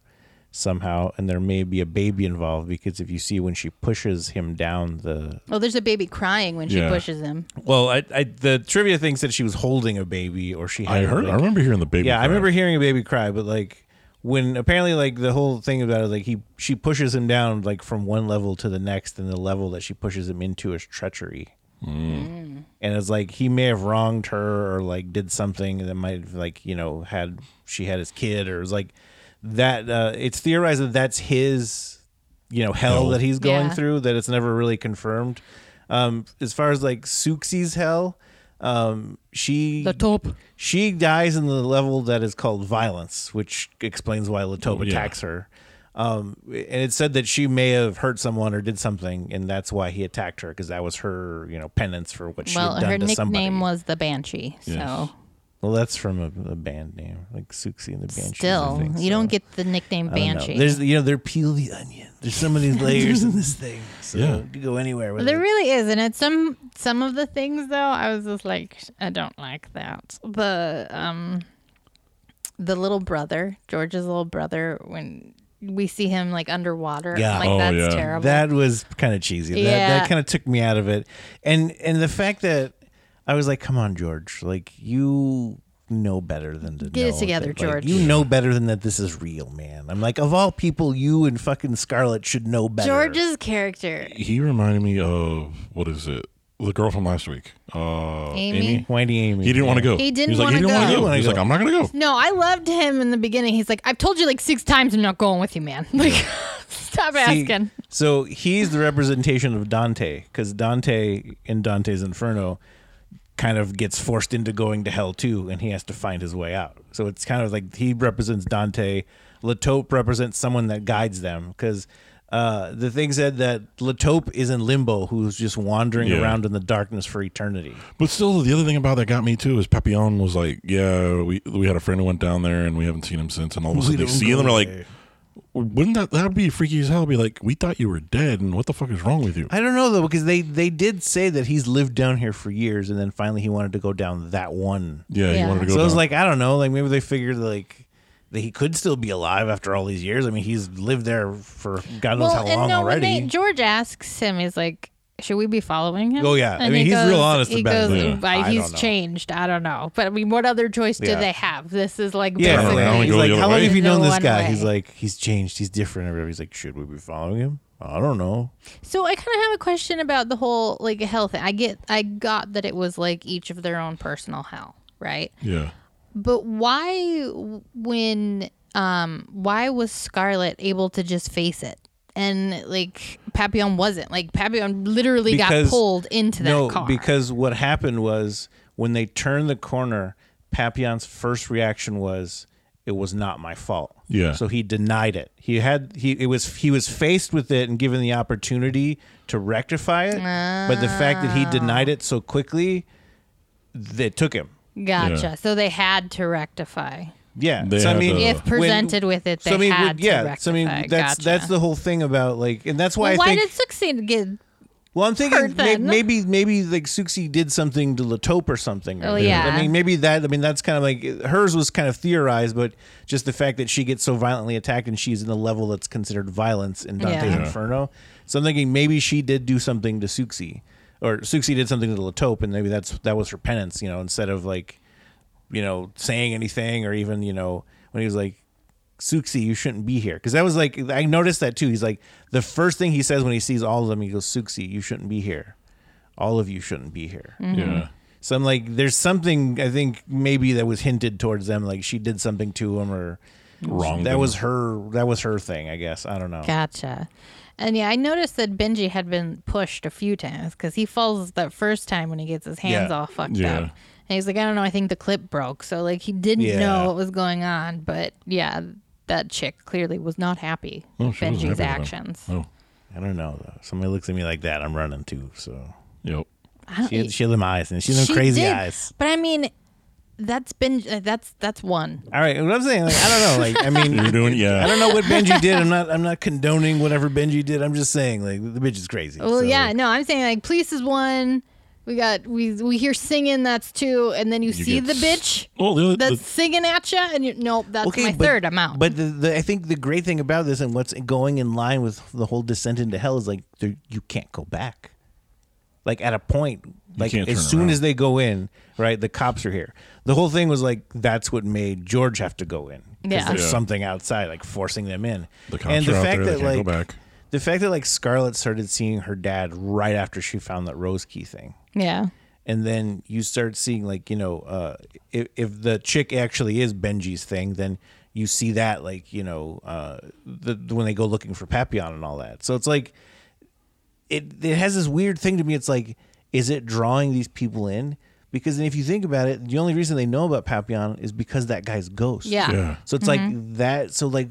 Speaker 1: somehow, and there may be a baby involved because if you see when she pushes him down the
Speaker 3: Well, there's a baby crying when she
Speaker 2: Yeah.
Speaker 3: pushes him.
Speaker 1: well, I, I the trivia thing said she was holding a baby or she had
Speaker 2: I heard.
Speaker 1: like-
Speaker 2: I remember hearing the baby.
Speaker 1: yeah, I
Speaker 2: cry.
Speaker 1: remember hearing a baby cry, but like when apparently like the whole thing about it, like he she pushes him down like from one level to the next, and the level that she pushes him into is treachery. And it's like he may have wronged her or like did something that might have like you know had she had his kid or it was like that. Uh, it's theorized that that's his you know hell
Speaker 2: Hell.
Speaker 1: that he's going
Speaker 3: Yeah.
Speaker 1: through that it's never really confirmed. Um, as far as like Suxi's hell, um, she
Speaker 3: The top.
Speaker 1: she dies in the level that is called violence, which explains why Latobe
Speaker 2: Oh, yeah.
Speaker 1: attacks her. Um, and it said that she may have hurt someone or did something, and that's why he attacked her because that was her, you know, penance for what she
Speaker 3: Well,
Speaker 1: had done
Speaker 3: her
Speaker 1: to
Speaker 3: nickname
Speaker 1: somebody.
Speaker 3: was the Banshee. So
Speaker 2: Yes.
Speaker 1: well, that's from a, a band name, like Suxi and the Banshees.
Speaker 3: still,
Speaker 1: I think,
Speaker 3: you
Speaker 1: so.
Speaker 3: don't get the nickname
Speaker 1: I don't know.
Speaker 3: Banshee.
Speaker 1: There's, you know, they're peel the onion. There's so many layers in this thing. So
Speaker 2: Yeah.
Speaker 1: you could go anywhere with
Speaker 3: There
Speaker 1: it.
Speaker 3: really is, and it's some some of the things though. I was just like, I don't like that. The um, the little brother, George's little brother, when we see him like underwater,
Speaker 1: Yeah.
Speaker 3: yeah. like
Speaker 2: Oh,
Speaker 3: that's
Speaker 2: yeah.
Speaker 3: terrible.
Speaker 1: That was kind of cheesy. That, that
Speaker 3: Yeah.
Speaker 1: kind of took me out of it. And and the fact that I was like, come on, George, like you know better than to
Speaker 3: Get it
Speaker 1: know
Speaker 3: together,
Speaker 1: that, like,
Speaker 3: George.
Speaker 1: you know better than that this is real, man. I'm like, of all people, you and fucking Scarlett should know better.
Speaker 3: George's character,
Speaker 2: He reminded me of what is it? The girl from last week. Uh,
Speaker 3: Amy.
Speaker 1: whiny Amy.
Speaker 2: He didn't want to go.
Speaker 3: He didn't
Speaker 2: He's like,
Speaker 3: wanna
Speaker 2: he didn't
Speaker 3: go.
Speaker 2: want
Speaker 3: He
Speaker 2: to
Speaker 1: didn't
Speaker 2: go.
Speaker 1: wanna
Speaker 2: He's like,
Speaker 1: go.
Speaker 2: I'm not gonna go.
Speaker 3: No, I loved him in the beginning. He's like, I've told you like six times, I'm not going with you, man. Like, stop
Speaker 1: See,
Speaker 3: asking.
Speaker 1: So he's the representation of Dante because Dante in Dante's Inferno kind of gets forced into going to hell too, and he has to find his way out. So it's kind of like he represents Dante. Latope represents someone that guides them because uh, the thing said that Latope is in limbo, who's just wandering
Speaker 2: Yeah.
Speaker 1: around in the darkness for eternity.
Speaker 2: But still, the other thing about that got me too is Papillon was like, "Yeah, we we had a friend who went down there, and we haven't seen him since." And all of a sudden, they see him, and they're like, "Wouldn't that that would be freaky as hell?" Be like, "We thought you were dead, and what the fuck is wrong with you?"
Speaker 1: I don't know though because they they did say that he's lived down here for years, and then finally he wanted to go down that one
Speaker 2: yeah, he
Speaker 3: Yeah.
Speaker 2: wanted to go.
Speaker 1: so it was
Speaker 2: down.
Speaker 1: like I don't know, like maybe they figured like that he could still be alive after all these years. I mean, he's lived there for God knows how long
Speaker 3: and no, when
Speaker 1: already.
Speaker 3: they, George asks him, he's like, should we be following him?
Speaker 1: Oh, yeah. I mean,
Speaker 3: he
Speaker 1: he's real honest
Speaker 3: he
Speaker 1: about it.
Speaker 3: goes,
Speaker 1: Yeah.
Speaker 3: "Why
Speaker 1: I
Speaker 3: he's
Speaker 1: don't know."
Speaker 3: changed. I don't know. But I mean, what other choice do
Speaker 1: Yeah.
Speaker 3: they have? This is like
Speaker 1: Yeah,
Speaker 2: Turn around
Speaker 3: basically-
Speaker 2: and
Speaker 1: he's
Speaker 2: go
Speaker 1: like,
Speaker 2: the other
Speaker 1: how long
Speaker 2: way.
Speaker 1: have you
Speaker 3: There's
Speaker 1: known
Speaker 3: no
Speaker 1: this
Speaker 3: one
Speaker 1: guy?
Speaker 3: way.
Speaker 1: He's like, he's changed, he's different. Everybody- He's like, should we be following him? I don't know.
Speaker 3: So I kind of have a question about the whole like hell thing. I get, I got that it was like each of their own personal hell, right?
Speaker 2: Yeah.
Speaker 3: But why, when, um, why was Scarlet able to just face it? And like Papillon wasn't like Papillon literally
Speaker 1: Because-
Speaker 3: got pulled into that
Speaker 1: no,
Speaker 3: car.
Speaker 1: because what happened was when they turned the corner, Papillon's first reaction was, "It was not my fault."
Speaker 2: Yeah.
Speaker 1: So he denied it. He had he it was he was faced with it and given the opportunity to rectify it, but the fact that
Speaker 3: Ah.
Speaker 1: he denied it so quickly, that took him.
Speaker 3: gotcha.
Speaker 2: Yeah.
Speaker 3: So they had to rectify.
Speaker 1: Yeah.
Speaker 2: They
Speaker 1: so I
Speaker 2: had
Speaker 1: mean,
Speaker 2: to- If
Speaker 1: when-
Speaker 3: presented with it, they
Speaker 1: when-
Speaker 3: had to
Speaker 1: yeah. so I mean,
Speaker 3: rectify.
Speaker 1: that's
Speaker 3: Gotcha.
Speaker 1: that's the whole thing about like, and that's why
Speaker 3: Well,
Speaker 1: I
Speaker 3: why
Speaker 1: think
Speaker 3: did Succeed get?
Speaker 1: Well, I'm thinking
Speaker 3: hurt
Speaker 1: may-
Speaker 3: then.
Speaker 1: maybe maybe like Suxi did something to Latope or something.
Speaker 3: Oh,
Speaker 1: I mean,
Speaker 3: yeah.
Speaker 1: I mean maybe that. I mean that's kind of like hers was kind of theorized, but just the fact that she gets so violently attacked and she's in the level that's considered violence in Dante's
Speaker 3: Yeah. Yeah.
Speaker 1: Inferno. So I'm thinking maybe she did do something to Suxi, or Suxi did something to Latope, and maybe that's that was her penance. You know, instead of like, you know, saying anything or even you know when he was like. Suxi, you shouldn't be here. Because that was like, I noticed that too. He's like, the first thing he says when he sees all of them, he goes, Suxi, you shouldn't be here. All of you shouldn't be here.
Speaker 3: Mm-hmm.
Speaker 2: Yeah.
Speaker 1: So I'm like, there's something, I think maybe that was hinted towards them. Like she did something to him or
Speaker 2: Wrong.
Speaker 1: that was her, that was her thing, I guess. I don't know.
Speaker 3: Gotcha. And yeah, I noticed that Benji had been pushed a few times because he falls that first time when he gets his hands
Speaker 1: Yeah.
Speaker 3: all fucked
Speaker 2: Yeah.
Speaker 3: up. And he's like, I don't know, I think the clip broke. So like he didn't
Speaker 1: Yeah.
Speaker 3: know what was going on, but yeah, that chick clearly was not happy
Speaker 2: Oh,
Speaker 3: with
Speaker 2: she wasn't happy
Speaker 3: Benji's
Speaker 2: with him.
Speaker 3: actions.
Speaker 2: Oh,
Speaker 1: I don't know though. Somebody looks at me like that, I'm running too. So
Speaker 2: yep.
Speaker 3: I don't, e
Speaker 1: she had, she had them eyes and she's them crazy
Speaker 3: did,
Speaker 1: eyes.
Speaker 3: But I mean, that's been uh, that's that's one.
Speaker 1: All right. What I'm saying, like, I don't know. Like, I mean,
Speaker 2: You're doing,
Speaker 1: I
Speaker 2: yeah.
Speaker 1: don't know what Benji did. I'm not. I'm not condoning whatever Benji did. I'm just saying, like, the bitch is crazy.
Speaker 3: Well,
Speaker 1: So-
Speaker 3: yeah, no, I'm saying like police is one. We got we we hear singing that's two, and then you, see
Speaker 2: get
Speaker 3: the
Speaker 2: s-
Speaker 3: bitch
Speaker 2: Well, the, other
Speaker 3: that's
Speaker 2: the,
Speaker 3: singing at you, and you nope, that's my
Speaker 1: but,
Speaker 3: third. I'm out.
Speaker 1: But the, the, I think the great thing about this and what's going in line with the whole descent into hell is like there, you can't go back. Like at a point, like
Speaker 2: can't
Speaker 1: as
Speaker 2: turn
Speaker 1: soon
Speaker 2: around.
Speaker 1: as they go in, right? The cops are here. The whole thing was like that's what made George have to go in. 'Cause
Speaker 3: Yeah.
Speaker 1: there's
Speaker 2: Yeah.
Speaker 1: something outside, like forcing them in.
Speaker 2: the cops are out there. They can't
Speaker 1: like
Speaker 2: go back.
Speaker 1: the fact that like Scarlett started seeing her dad right after she found that rose key thing
Speaker 3: yeah,
Speaker 1: and then you start seeing like you know uh, if, if the chick actually is benji's thing then you see that like you know uh, the, when they go looking for papillon and all that so it's like it, it has this weird thing to me it's like is it drawing these people in because if you think about it the only reason they know about papillon is because that guy's ghost
Speaker 3: yeah,
Speaker 2: Yeah.
Speaker 1: so it's like that. So like,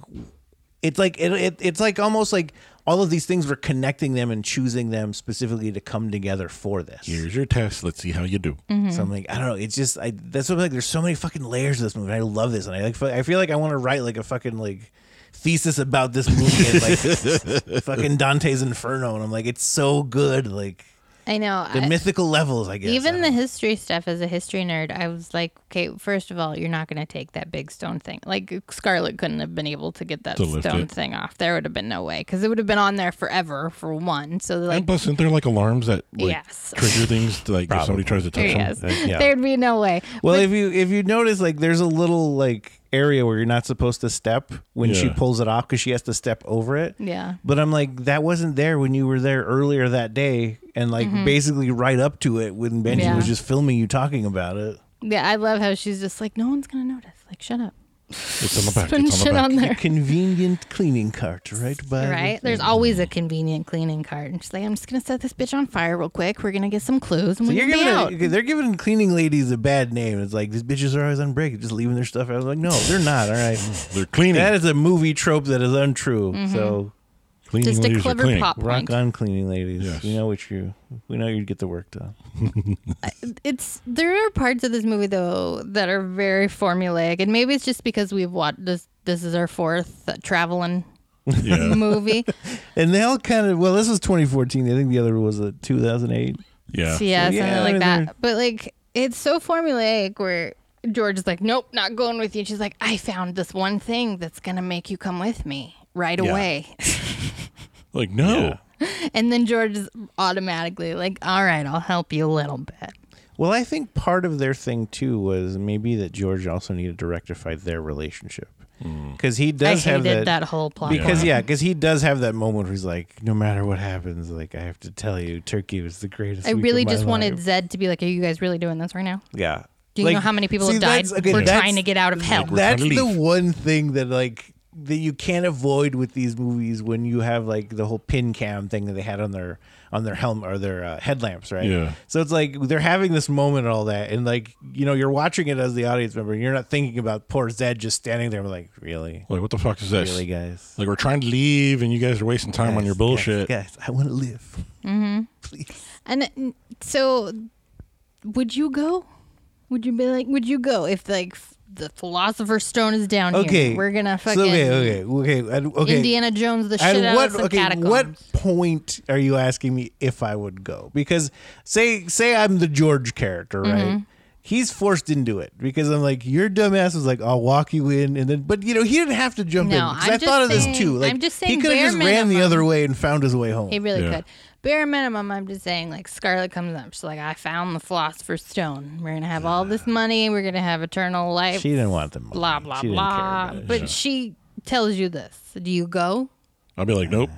Speaker 1: it's like it, it. It's like almost like all of these things were connecting them and choosing them specifically to come together for this.
Speaker 2: Here's your test. Let's see how you do.
Speaker 3: Mm-hmm.
Speaker 1: So I'm like, I don't know. It's just I. That's what I'm like. There's so many fucking layers to this movie. and I love this, and I like. fe- I feel like I want to write like a fucking like thesis about this movie, and, like fucking Dante's Inferno, and I'm like, it's so good. Like
Speaker 3: I know.
Speaker 1: the
Speaker 3: I-
Speaker 1: mythical levels, I guess.
Speaker 3: even
Speaker 1: I
Speaker 3: the history stuff as a history nerd, I was like, okay, first of all, you're not going to take that big stone thing. Like Scarlet couldn't have been able to get that
Speaker 2: To lift
Speaker 3: stone
Speaker 2: it.
Speaker 3: thing off. There would have been no way because it would have been on there forever for one. So
Speaker 2: And
Speaker 3: like,
Speaker 2: plus, isn't there like alarms that like
Speaker 3: Yes.
Speaker 2: trigger things? To, like if somebody tries to touch
Speaker 3: yes,
Speaker 2: them. uh,
Speaker 1: yeah.
Speaker 3: there'd be no way.
Speaker 1: Well, if you if you notice, like there's a little like area where you're not supposed to step when she
Speaker 2: Yeah.
Speaker 1: pulls it off because she has to step over it.
Speaker 3: Yeah.
Speaker 1: But I'm like, that wasn't there when you were there earlier that day, and like basically right up to it when Benji
Speaker 3: Mm-hmm. Yeah.
Speaker 1: was just filming you talking about it.
Speaker 3: Yeah, I love how she's just like, no one's going to notice. Like, shut up.
Speaker 2: It's on the back.
Speaker 3: Put
Speaker 2: It's on the
Speaker 3: shit
Speaker 2: back.
Speaker 3: on there.
Speaker 1: Convenient cleaning cart, right by the
Speaker 3: Right? There's
Speaker 1: thing.
Speaker 3: always a convenient cleaning cart. And she's like, I'm just going to set this bitch on fire real quick. We're going to get some clues and
Speaker 1: So
Speaker 3: we're
Speaker 1: you're
Speaker 3: going to be
Speaker 1: giving
Speaker 3: out.
Speaker 1: a, they're giving cleaning ladies a bad name. It's like these bitches are always on break, just leaving their stuff. out. I was like, no, they're not. All right,
Speaker 2: They're cleaning.
Speaker 1: that is a movie trope that is untrue. So
Speaker 2: cleaning
Speaker 3: Just a
Speaker 2: ladies are
Speaker 3: clever
Speaker 2: cleaning.
Speaker 3: pop.
Speaker 1: Rock
Speaker 3: Mm-hmm. point.
Speaker 1: on, cleaning ladies.
Speaker 2: Yes.
Speaker 1: We know what you. We know you'd get the work done.
Speaker 3: it's there are parts of this movie though that are very formulaic and maybe it's just because we've watched this this is our fourth traveling
Speaker 2: Yeah.
Speaker 3: movie
Speaker 1: And they all kind of. Well, this was 2014. I think the other was uh, a 2008.
Speaker 2: Yeah.
Speaker 3: So, yeah,
Speaker 1: So, yeah,
Speaker 3: something like
Speaker 1: I mean,
Speaker 3: that but like it's so formulaic where george is like nope not going with you and she's like i found this one thing that's gonna make you come with me right away
Speaker 2: Like no.
Speaker 3: And then George is automatically like, all right, I'll help you a little bit.
Speaker 1: Well, I think part of their thing too was maybe that George also needed to rectify their relationship because he does
Speaker 3: I
Speaker 1: have
Speaker 3: hated
Speaker 1: that,
Speaker 3: that, whole plot.
Speaker 1: because
Speaker 3: line.
Speaker 1: yeah, because he does have that moment where he's like, no matter what happens, like I have to tell you, Turkey was the greatest.
Speaker 3: I
Speaker 1: week of
Speaker 3: really
Speaker 1: my
Speaker 3: just wanted
Speaker 1: life."
Speaker 3: Zed to be like, are you guys really doing this right now?
Speaker 1: Yeah.
Speaker 3: Do you know how many people have died?
Speaker 1: that's- okay,
Speaker 3: We're
Speaker 1: that's-
Speaker 3: trying to get out of hell.
Speaker 2: We're
Speaker 1: That's
Speaker 2: trying to
Speaker 1: the
Speaker 2: leave.
Speaker 1: one thing that like that you can't avoid with these movies when you have like the whole pin cam thing that they had on their on their helm or their uh, headlamps, right?
Speaker 2: Yeah.
Speaker 1: So it's like they're having this moment and all that, and like you know you're watching it as the audience member, and you're not thinking about poor Zed just standing there, like really,
Speaker 2: Like, what the fuck is this?
Speaker 1: really, guys.
Speaker 2: Like, we're trying to leave, and you guys are wasting time on
Speaker 1: Guys,
Speaker 2: your bullshit.
Speaker 1: guys, guys I want to live. Mm-hmm. Please.
Speaker 3: And it- so, would you go? Would you be like, would you go if like f- the philosopher's stone is down
Speaker 1: Okay,
Speaker 3: here? We're gonna
Speaker 1: So,
Speaker 3: fucking
Speaker 1: okay, okay, okay, and- okay.
Speaker 3: Indiana Jones the shit
Speaker 1: At
Speaker 3: out
Speaker 1: what
Speaker 3: of some
Speaker 1: okay,
Speaker 3: catacombs.
Speaker 1: what point are you asking me if I would go? Because say say I'm the George character, right?
Speaker 3: Mm-hmm.
Speaker 1: He's forced into it because I'm like, your dumbass was like, I'll walk you in, and then, but you know, he didn't have to jump
Speaker 3: No,
Speaker 1: in because
Speaker 3: I'm
Speaker 1: I
Speaker 3: just
Speaker 1: thought of this
Speaker 3: saying-
Speaker 1: too. Like,
Speaker 3: I'm just
Speaker 1: he
Speaker 3: saying
Speaker 1: could have
Speaker 3: bare
Speaker 1: just ran the
Speaker 3: minimum.
Speaker 1: other way and found his way home.
Speaker 3: He really
Speaker 2: Yeah.
Speaker 3: could. Bare minimum, I'm just saying, like, Scarlet comes up. She's like, I found the Philosopher's Stone. We're going to have all this money. We're going to have eternal life.
Speaker 1: she didn't want them.
Speaker 3: blah, blah,
Speaker 1: she didn't care
Speaker 3: blah.
Speaker 1: about it.
Speaker 3: But she tells you this. Do you go?
Speaker 2: I'll be like, nope.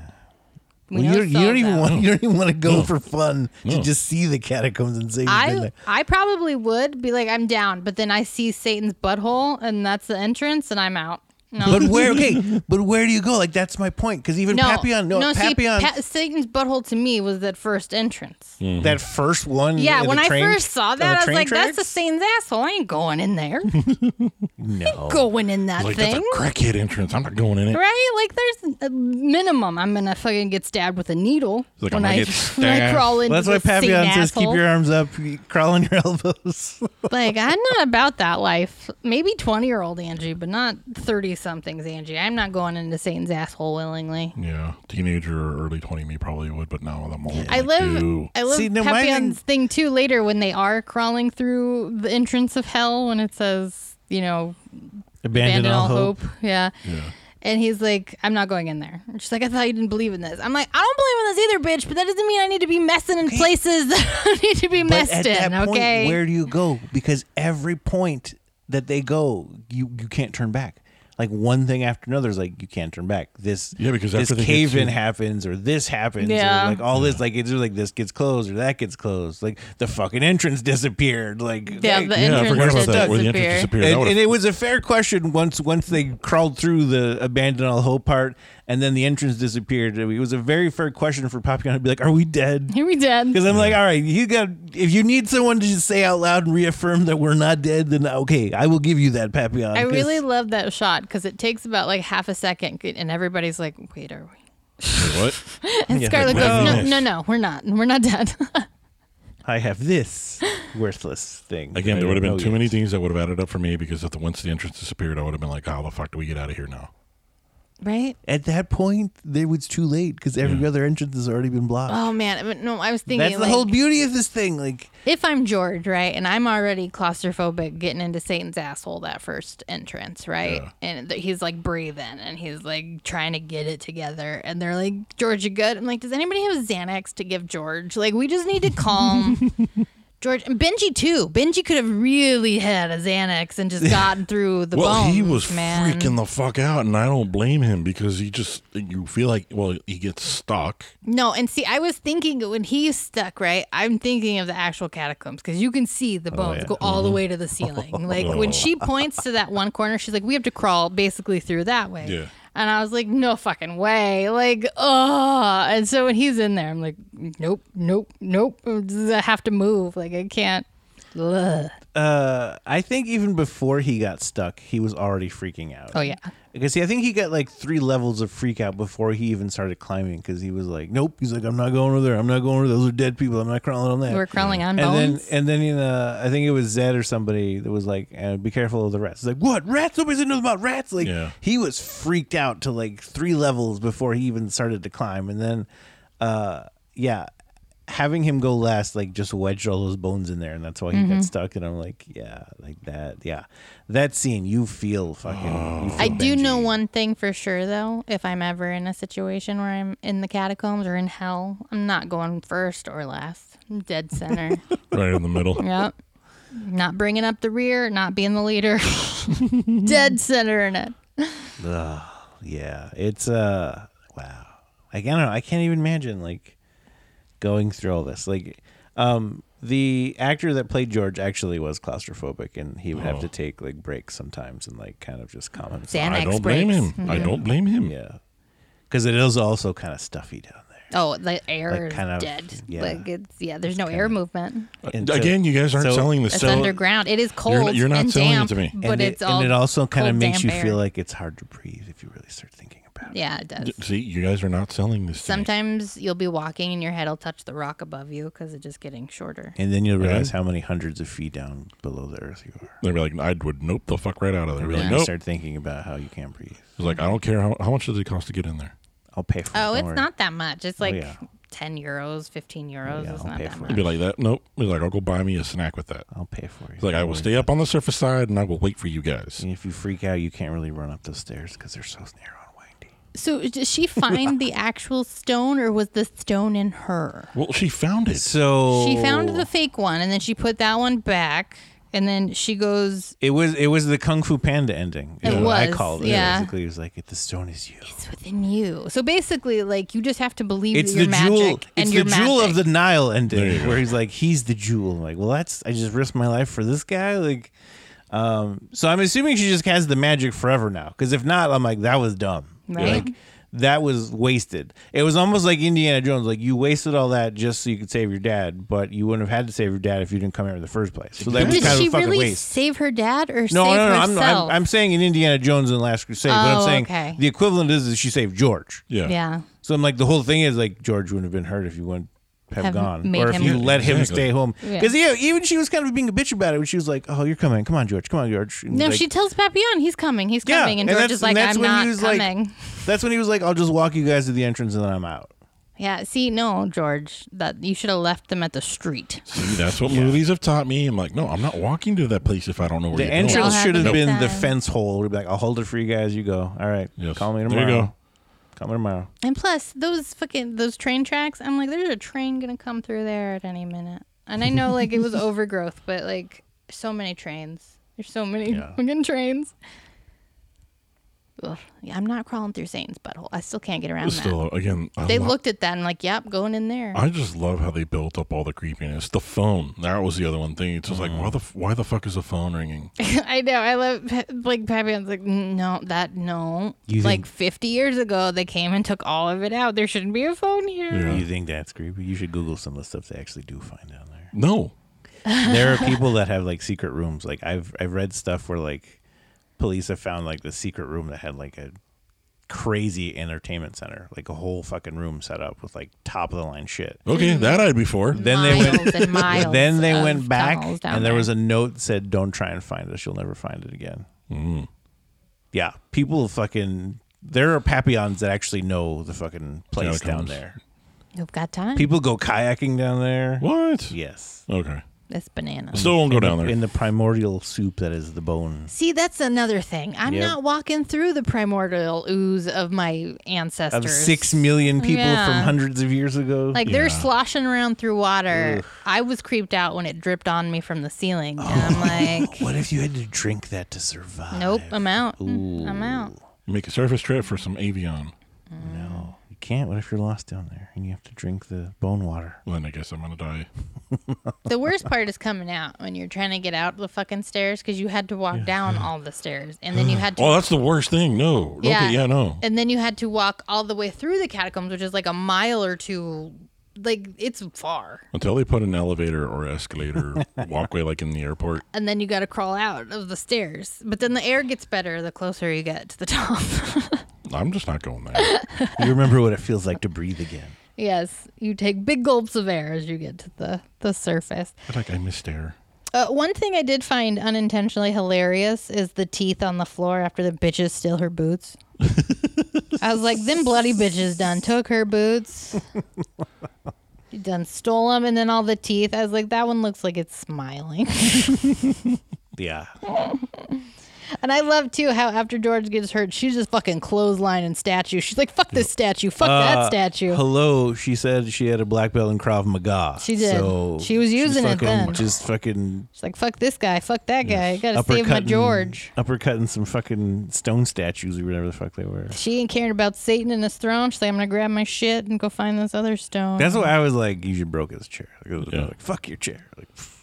Speaker 3: We
Speaker 1: Well,
Speaker 3: know
Speaker 1: you, don't,
Speaker 3: it's
Speaker 1: you don't
Speaker 3: sold
Speaker 1: even
Speaker 3: out.
Speaker 1: want you don't even want to go for fun to
Speaker 2: No.
Speaker 1: just see the catacombs and say you've been
Speaker 3: I
Speaker 1: there.
Speaker 3: I probably would be like I'm down, but then I see Satan's butthole and that's the entrance, and I'm out. No,
Speaker 1: But where? Okay, but where do you go? Like that's my point. Because even
Speaker 3: no,
Speaker 1: Papillon, no,
Speaker 3: see,
Speaker 1: Papillon,
Speaker 3: Pa- Satan's butthole to me was that first entrance.
Speaker 1: That first one.
Speaker 3: Yeah,
Speaker 1: in the
Speaker 3: when I
Speaker 1: train-
Speaker 3: first saw
Speaker 1: on the
Speaker 3: that, I was
Speaker 1: train
Speaker 3: like,
Speaker 1: tracks?
Speaker 3: "That's the Satan's asshole. I ain't going in there.
Speaker 1: No.
Speaker 3: going in that
Speaker 2: Like,
Speaker 3: thing."
Speaker 2: that's a crackhead entrance. I'm not going in it.
Speaker 3: Right? Like, there's a minimum. I'm gonna fucking get stabbed with a needle
Speaker 2: like,
Speaker 3: when
Speaker 2: I'm
Speaker 3: I
Speaker 2: gonna get
Speaker 3: when I
Speaker 2: stabbed.
Speaker 3: crawl into
Speaker 1: That's why
Speaker 3: this Satan
Speaker 1: Papillon says,
Speaker 3: asshole."
Speaker 1: "Keep your arms up, crawl on your elbows."
Speaker 3: Like, I'm not about that life. Maybe 20 year old Angie, but not 30 somethings Angie. I'm not going into Satan's asshole willingly.
Speaker 2: Yeah, teenager or early twenty me probably would, but now I'm old.
Speaker 3: I live,
Speaker 2: Ew.
Speaker 3: I live
Speaker 1: See, no, mine
Speaker 3: Papillon's thing too later when they are crawling through the entrance of hell when it says, you know, abandon, all hope. Yeah.
Speaker 2: Yeah.
Speaker 3: And he's like, I'm not going in there. And she's like, I thought you didn't believe in this. I'm like, I don't believe in this either, bitch, but that doesn't mean I need to be messing in places that I need to be
Speaker 1: But
Speaker 3: messed
Speaker 1: at
Speaker 3: in,
Speaker 1: that point,
Speaker 3: okay?
Speaker 1: where do you go? Because every point that they go, you you can't turn back. Like one thing after another is like you can't turn back. This
Speaker 2: Yeah, because
Speaker 1: this
Speaker 2: after they get
Speaker 1: cave in
Speaker 2: to-
Speaker 1: happens or this happens
Speaker 3: Yeah.
Speaker 1: or like all this like it's just like this gets closed or that gets closed. Like the fucking entrance disappeared. Like
Speaker 3: yeah,
Speaker 1: like-
Speaker 3: the
Speaker 2: yeah, I
Speaker 3: entrance
Speaker 2: forgot about
Speaker 3: just
Speaker 2: that. Where the
Speaker 3: disappear.
Speaker 2: entrance disappeared. That
Speaker 1: And,
Speaker 2: would've-
Speaker 1: and it was a fair question once once they crawled through the abandon all hope part, and then the entrance disappeared. It was a very fair question for Papillon to be like, "Are we dead?"
Speaker 3: Here we did.
Speaker 1: Because I'm like, all right, you got. If you need someone to just say out loud and reaffirm that we're not dead, then uh, okay, I will give you that Papillon.
Speaker 3: I
Speaker 1: 'cause-
Speaker 3: really love that shot because it takes about like half a second, and everybody's like, "Wait, are we?"
Speaker 2: Wait, what?
Speaker 3: And
Speaker 1: Yeah,
Speaker 3: Scarlett
Speaker 1: like,
Speaker 3: goes,
Speaker 1: no.
Speaker 3: "No, no, no, we're not. We're not dead."
Speaker 1: I have this worthless thing. that
Speaker 2: Again,
Speaker 1: I
Speaker 2: there would have
Speaker 1: don't
Speaker 2: been
Speaker 1: know
Speaker 2: too many
Speaker 1: yet.
Speaker 2: things that would have added up for me because if the once the entrance disappeared, I would have been like, how the fuck do we get out of here now?
Speaker 3: right?
Speaker 1: At that point, there was too late because every other entrance has already been blocked.
Speaker 3: Oh man, but no, I was thinking
Speaker 1: That's the
Speaker 3: like,
Speaker 1: whole beauty of this thing. Like,
Speaker 3: if I'm George, right, and I'm already claustrophobic getting into Satan's asshole that first entrance, right,
Speaker 2: Yeah.
Speaker 3: and th- he's like breathing and he's like trying to get it together, and they're like, "George, you good?" I'm like, "Does anybody have Xanax to give George? Like, we just need to calm." George and Benji too. Benji could have really had a Xanax and just gotten through the
Speaker 2: well, he
Speaker 3: bones,
Speaker 2: was
Speaker 3: man.
Speaker 2: freaking the fuck out, and I don't blame him because he just you feel like well he gets stuck.
Speaker 3: No, and see, I was thinking when he's stuck, right? I'm thinking of the actual catacombs because you can see the bones
Speaker 1: Oh, yeah. Mm-hmm.
Speaker 3: go all the way to the ceiling. Like when she points to that one corner, she's like, "We have to crawl basically through that way."
Speaker 2: Yeah.
Speaker 3: And I was like, "No fucking way!" Like, oh. And so when he's in there, I'm like, "Nope, nope, nope. I have to move. Like I can't." Ugh.
Speaker 1: uh, I think even before he got stuck, he was already freaking out.
Speaker 3: Oh yeah.
Speaker 1: Because see, I think he got like three levels of freak out before he even started climbing. Because he was like, "Nope," he's like, "I'm not going over there. I'm not going over there. Those are dead people. I'm not crawling on that."
Speaker 3: We're crawling on
Speaker 1: and then,
Speaker 3: bones?
Speaker 1: and then, you know, I think it was Zed or somebody that was like, uh, "Be careful of the rats." He's like, "What rats? Nobody said nothing about rats." Like,
Speaker 2: Yeah.
Speaker 1: he was freaked out to like three levels before he even started to climb. And then, uh, yeah, having him go last like just wedged all those bones in there, and that's why he
Speaker 3: Mm-hmm.
Speaker 1: got stuck. And I'm like, yeah, like that, yeah, that scene you feel fucking. you feel
Speaker 3: Oh. I do know
Speaker 1: Benji.
Speaker 3: one thing for sure, though. If I'm ever in a situation where I'm in the catacombs or in hell, I'm not going first or last. I'm dead center.
Speaker 2: right in the middle.
Speaker 3: yep. Not bringing up the rear, not being the leader. dead center in it.
Speaker 1: Yeah, it's uh, wow. Like I don't know, I can't even imagine like going through all this. Like, um, the actor that played George actually was claustrophobic, and he would have
Speaker 3: Oh.
Speaker 1: to take like breaks sometimes and like kind of just calm himself.
Speaker 3: Xanax
Speaker 2: I don't
Speaker 3: breaks. Mm-hmm.
Speaker 2: blame him. I don't blame him.
Speaker 1: Yeah, because it is also kind of stuffy down there.
Speaker 3: Oh, the air
Speaker 1: Like,
Speaker 3: is
Speaker 1: kind of,
Speaker 3: dead.
Speaker 1: yeah.
Speaker 3: Like it's yeah. There's no air movement.
Speaker 1: And so-
Speaker 2: Again, you guys aren't
Speaker 1: so-
Speaker 2: selling this.
Speaker 3: It's
Speaker 2: So
Speaker 3: underground. It is cold.
Speaker 2: you're not
Speaker 3: and
Speaker 2: selling it
Speaker 3: damp,
Speaker 2: to me.
Speaker 3: But
Speaker 1: and
Speaker 3: it's
Speaker 1: it,
Speaker 3: all
Speaker 1: and it also kind of
Speaker 3: cold,
Speaker 1: makes you
Speaker 3: damp air.
Speaker 1: feel like it's hard to breathe if you really start thinking about it.
Speaker 3: yeah, it does.
Speaker 2: d- see, you guys are not selling this. to me.
Speaker 3: Sometimes you'll be walking and your head will touch the rock above you because it's just getting shorter.
Speaker 1: And then you'll realize
Speaker 2: Right.
Speaker 1: how many hundreds of feet down below the earth you are.
Speaker 2: They'd be like, I would nope the fuck right out of there. Be
Speaker 1: Really,
Speaker 2: like,
Speaker 1: you
Speaker 2: nope.
Speaker 1: start thinking about how you can't breathe.
Speaker 2: It's like I don't care how, how much does it cost to get in there.
Speaker 1: I'll pay for it.
Speaker 3: Oh,
Speaker 1: don't
Speaker 3: it's
Speaker 1: worry. Oh,
Speaker 3: not that much. It's like
Speaker 1: yeah.
Speaker 3: 10 euros, 15 euros.
Speaker 1: Yeah,
Speaker 3: it's
Speaker 1: I'll
Speaker 3: not
Speaker 1: pay
Speaker 3: that
Speaker 1: for it.
Speaker 2: It'd
Speaker 3: much.
Speaker 2: be like that. Nope. It's like I'll go buy me a snack with that.
Speaker 1: I'll pay for you.
Speaker 2: It's like I will
Speaker 1: Don't worry.
Speaker 2: stay up on the surface side and I will wait for you guys.
Speaker 1: And if you freak out, you can't really run up those stairs because they're so narrow and windy.
Speaker 3: So, did she find the actual stone or was the stone in her?
Speaker 2: Well, she found it.
Speaker 1: So
Speaker 3: She found the fake one and then she put that one back. And then she goes,
Speaker 1: It was it was the Kung Fu Panda ending. is
Speaker 3: It
Speaker 1: what I
Speaker 3: was,
Speaker 1: called it.
Speaker 3: yeah.
Speaker 1: Basically, it was like if the stone is you.
Speaker 3: It's within you. So basically, like, you just have to believe
Speaker 1: It's
Speaker 3: that you're
Speaker 1: the
Speaker 3: magic
Speaker 1: jewel.
Speaker 3: and
Speaker 1: It's
Speaker 3: you're
Speaker 1: the jewel
Speaker 3: magic.
Speaker 1: of the Nile
Speaker 2: There you
Speaker 1: ending,
Speaker 2: go.
Speaker 1: where he's like, he's the jewel. I'm like, well, that's I just risked my life for this guy. Like, um, so I'm assuming she just has the magic forever now. Because if not, I'm like, that was dumb.
Speaker 3: Right.
Speaker 1: Like, that was wasted. It was almost like Indiana Jones. Like you wasted all that just so you could save your dad, but you wouldn't have had to save your dad if you didn't come here in the first place. So that was
Speaker 3: Did
Speaker 1: kind
Speaker 3: she
Speaker 1: of a fucking
Speaker 3: really
Speaker 1: waste.
Speaker 3: save her dad or
Speaker 1: No,
Speaker 3: save
Speaker 1: no, no. I'm,
Speaker 3: herself?
Speaker 1: I'm, I'm saying in Indiana Jones and the Last Crusade, but I'm
Speaker 3: Oh,
Speaker 1: saying
Speaker 3: okay.
Speaker 1: the equivalent is that she saved George.
Speaker 2: yeah.
Speaker 3: yeah.
Speaker 1: So I'm like, the whole thing is like George wouldn't have been hurt if you wouldn't have,
Speaker 3: Have
Speaker 1: gone,
Speaker 3: made
Speaker 1: or if
Speaker 3: him-
Speaker 1: you let him
Speaker 2: Exactly.
Speaker 1: stay home.
Speaker 3: Yeah.
Speaker 1: Because yeah. even she was kind of being a bitch about it. When she was like, "Oh, you're coming. Come on, George. Come on, George." And
Speaker 3: No,
Speaker 1: like-
Speaker 3: she tells Papillon he's coming, he's
Speaker 1: Yeah,
Speaker 3: coming, and, George
Speaker 1: that's-
Speaker 3: is like,
Speaker 1: that's
Speaker 3: I'm
Speaker 1: when he
Speaker 3: not
Speaker 1: was like-
Speaker 3: coming.
Speaker 1: That's when he was like, "I'll just walk you guys to the entrance and then I'm out."
Speaker 3: yeah, see, no, George, that you should have left them at the street.
Speaker 2: See, that's what movies have taught me. I'm like, no, I'm not walking to that place if I don't know where
Speaker 1: The
Speaker 2: you're
Speaker 1: entrance
Speaker 3: Y'all
Speaker 1: should
Speaker 3: have
Speaker 1: have
Speaker 3: a
Speaker 1: been
Speaker 3: good
Speaker 1: the
Speaker 3: time.
Speaker 1: fence hole. We'd be like, "I'll hold it for you guys. You go. All right.
Speaker 2: going. Yes.
Speaker 1: Call me
Speaker 2: There
Speaker 1: tomorrow.
Speaker 2: you go.
Speaker 1: Call me tomorrow."
Speaker 3: And plus, those fucking those train tracks, I'm like, there's a train gonna come through there at any minute. And I know like it was overgrowth, but like so many trains. There's so many
Speaker 1: Yeah.
Speaker 3: fucking trains. Ugh. Yeah, I'm not crawling through Satan's butthole. I still can't get around that.
Speaker 2: Still, again, I
Speaker 3: they
Speaker 2: lo-
Speaker 3: looked at that and like, yep, going in there.
Speaker 2: I just love how they built up all the creepiness. The phone. That was the other one thing. It's just
Speaker 1: Mm.
Speaker 2: like, why the f- why the fuck is a phone ringing?
Speaker 3: I know. I love Pa- like Papillon's like no, that no.
Speaker 1: You
Speaker 3: like
Speaker 1: think-
Speaker 3: 50 years ago, they came and took all of it out. There shouldn't be a phone here.
Speaker 2: Yeah.
Speaker 1: You think that's creepy? You should Google some of the stuff they actually do find down there.
Speaker 2: No.
Speaker 1: there are people that have like secret rooms. Like I've I've read stuff where like police have found like the secret room that had like a crazy entertainment center, like a whole fucking room set up with like top of the line shit.
Speaker 2: Okay, that I'd be for.
Speaker 1: Then they
Speaker 3: miles
Speaker 1: went.
Speaker 3: and miles
Speaker 1: Then they
Speaker 3: of
Speaker 1: went back,
Speaker 3: tunnels down
Speaker 1: and there was a note that said, "Don't try and find us. You'll never find it again."
Speaker 2: Mm.
Speaker 1: Yeah, people fucking. There are papillons that actually know the fucking place down
Speaker 2: Catacombs.
Speaker 1: there.
Speaker 3: You've got time.
Speaker 1: People go kayaking down there.
Speaker 2: What?
Speaker 1: Yes.
Speaker 2: Okay.
Speaker 3: That's banana.
Speaker 2: Still won't go down there.
Speaker 1: In the primordial soup that is the bone.
Speaker 3: See, that's another thing. I'm
Speaker 1: Yep.
Speaker 3: not walking through the primordial ooze of my ancestors.
Speaker 1: of six million people
Speaker 3: Yeah.
Speaker 1: from hundreds of years ago.
Speaker 3: Like they're sloshing around through water. I was creeped out when it dripped on me from the ceiling. And I'm like,
Speaker 1: what if you had to drink that to survive?
Speaker 3: nope, I'm out. I'm out.
Speaker 2: You make a surface trip for some avion.
Speaker 1: No, you can't. What if you're lost down there and you have to drink the bone water?
Speaker 2: Well, then I guess I'm gonna die.
Speaker 3: The worst part is coming out when you're trying to get out the fucking stairs because you had to walk down all the stairs and then you had to.
Speaker 2: Oh, that's the worst thing. No. Okay. Yeah. No.
Speaker 3: And then you had to walk all the way through the catacombs, which is like a mile or two. Like it's far.
Speaker 2: Until they put an elevator or escalator walkway like in the airport.
Speaker 3: And then you got to crawl out of the stairs. But then the air gets better the closer you get to the top.
Speaker 2: I'm just not going there.
Speaker 1: You remember what it feels like to breathe again.
Speaker 3: yes, you take big gulps of air as you get to the, the surface.
Speaker 2: But, like I missed air.
Speaker 3: Uh, one thing I did find unintentionally hilarious is the teeth on the floor after the bitches steal her boots. I was like, them bloody bitches done took her boots. done stole them, and then all the teeth. I was like, that one looks like it's smiling.
Speaker 1: Yeah.
Speaker 3: and I love too how after George gets hurt, she's just fucking clothesline and statue. She's like, fuck this statue, fuck that
Speaker 1: Uh,
Speaker 3: statue.
Speaker 1: Hello, she said she had a black belt in Krav Maga.
Speaker 3: She did.
Speaker 1: So
Speaker 3: She was
Speaker 1: she's
Speaker 3: using it
Speaker 1: fucking-
Speaker 3: then.
Speaker 1: Just fucking
Speaker 3: she's like, fuck this guy, fuck that guy. I gotta save my
Speaker 1: uppercutting,
Speaker 3: George.
Speaker 1: uppercutting some fucking stone statues or whatever the fuck they were.
Speaker 3: She ain't caring about Satan and his throne. She's like, I'm gonna grab my shit and go find this other stone.
Speaker 1: That's why I was like, you should broke his chair. Like, it was
Speaker 2: Yeah.
Speaker 1: like, fuck your chair. Like, pff,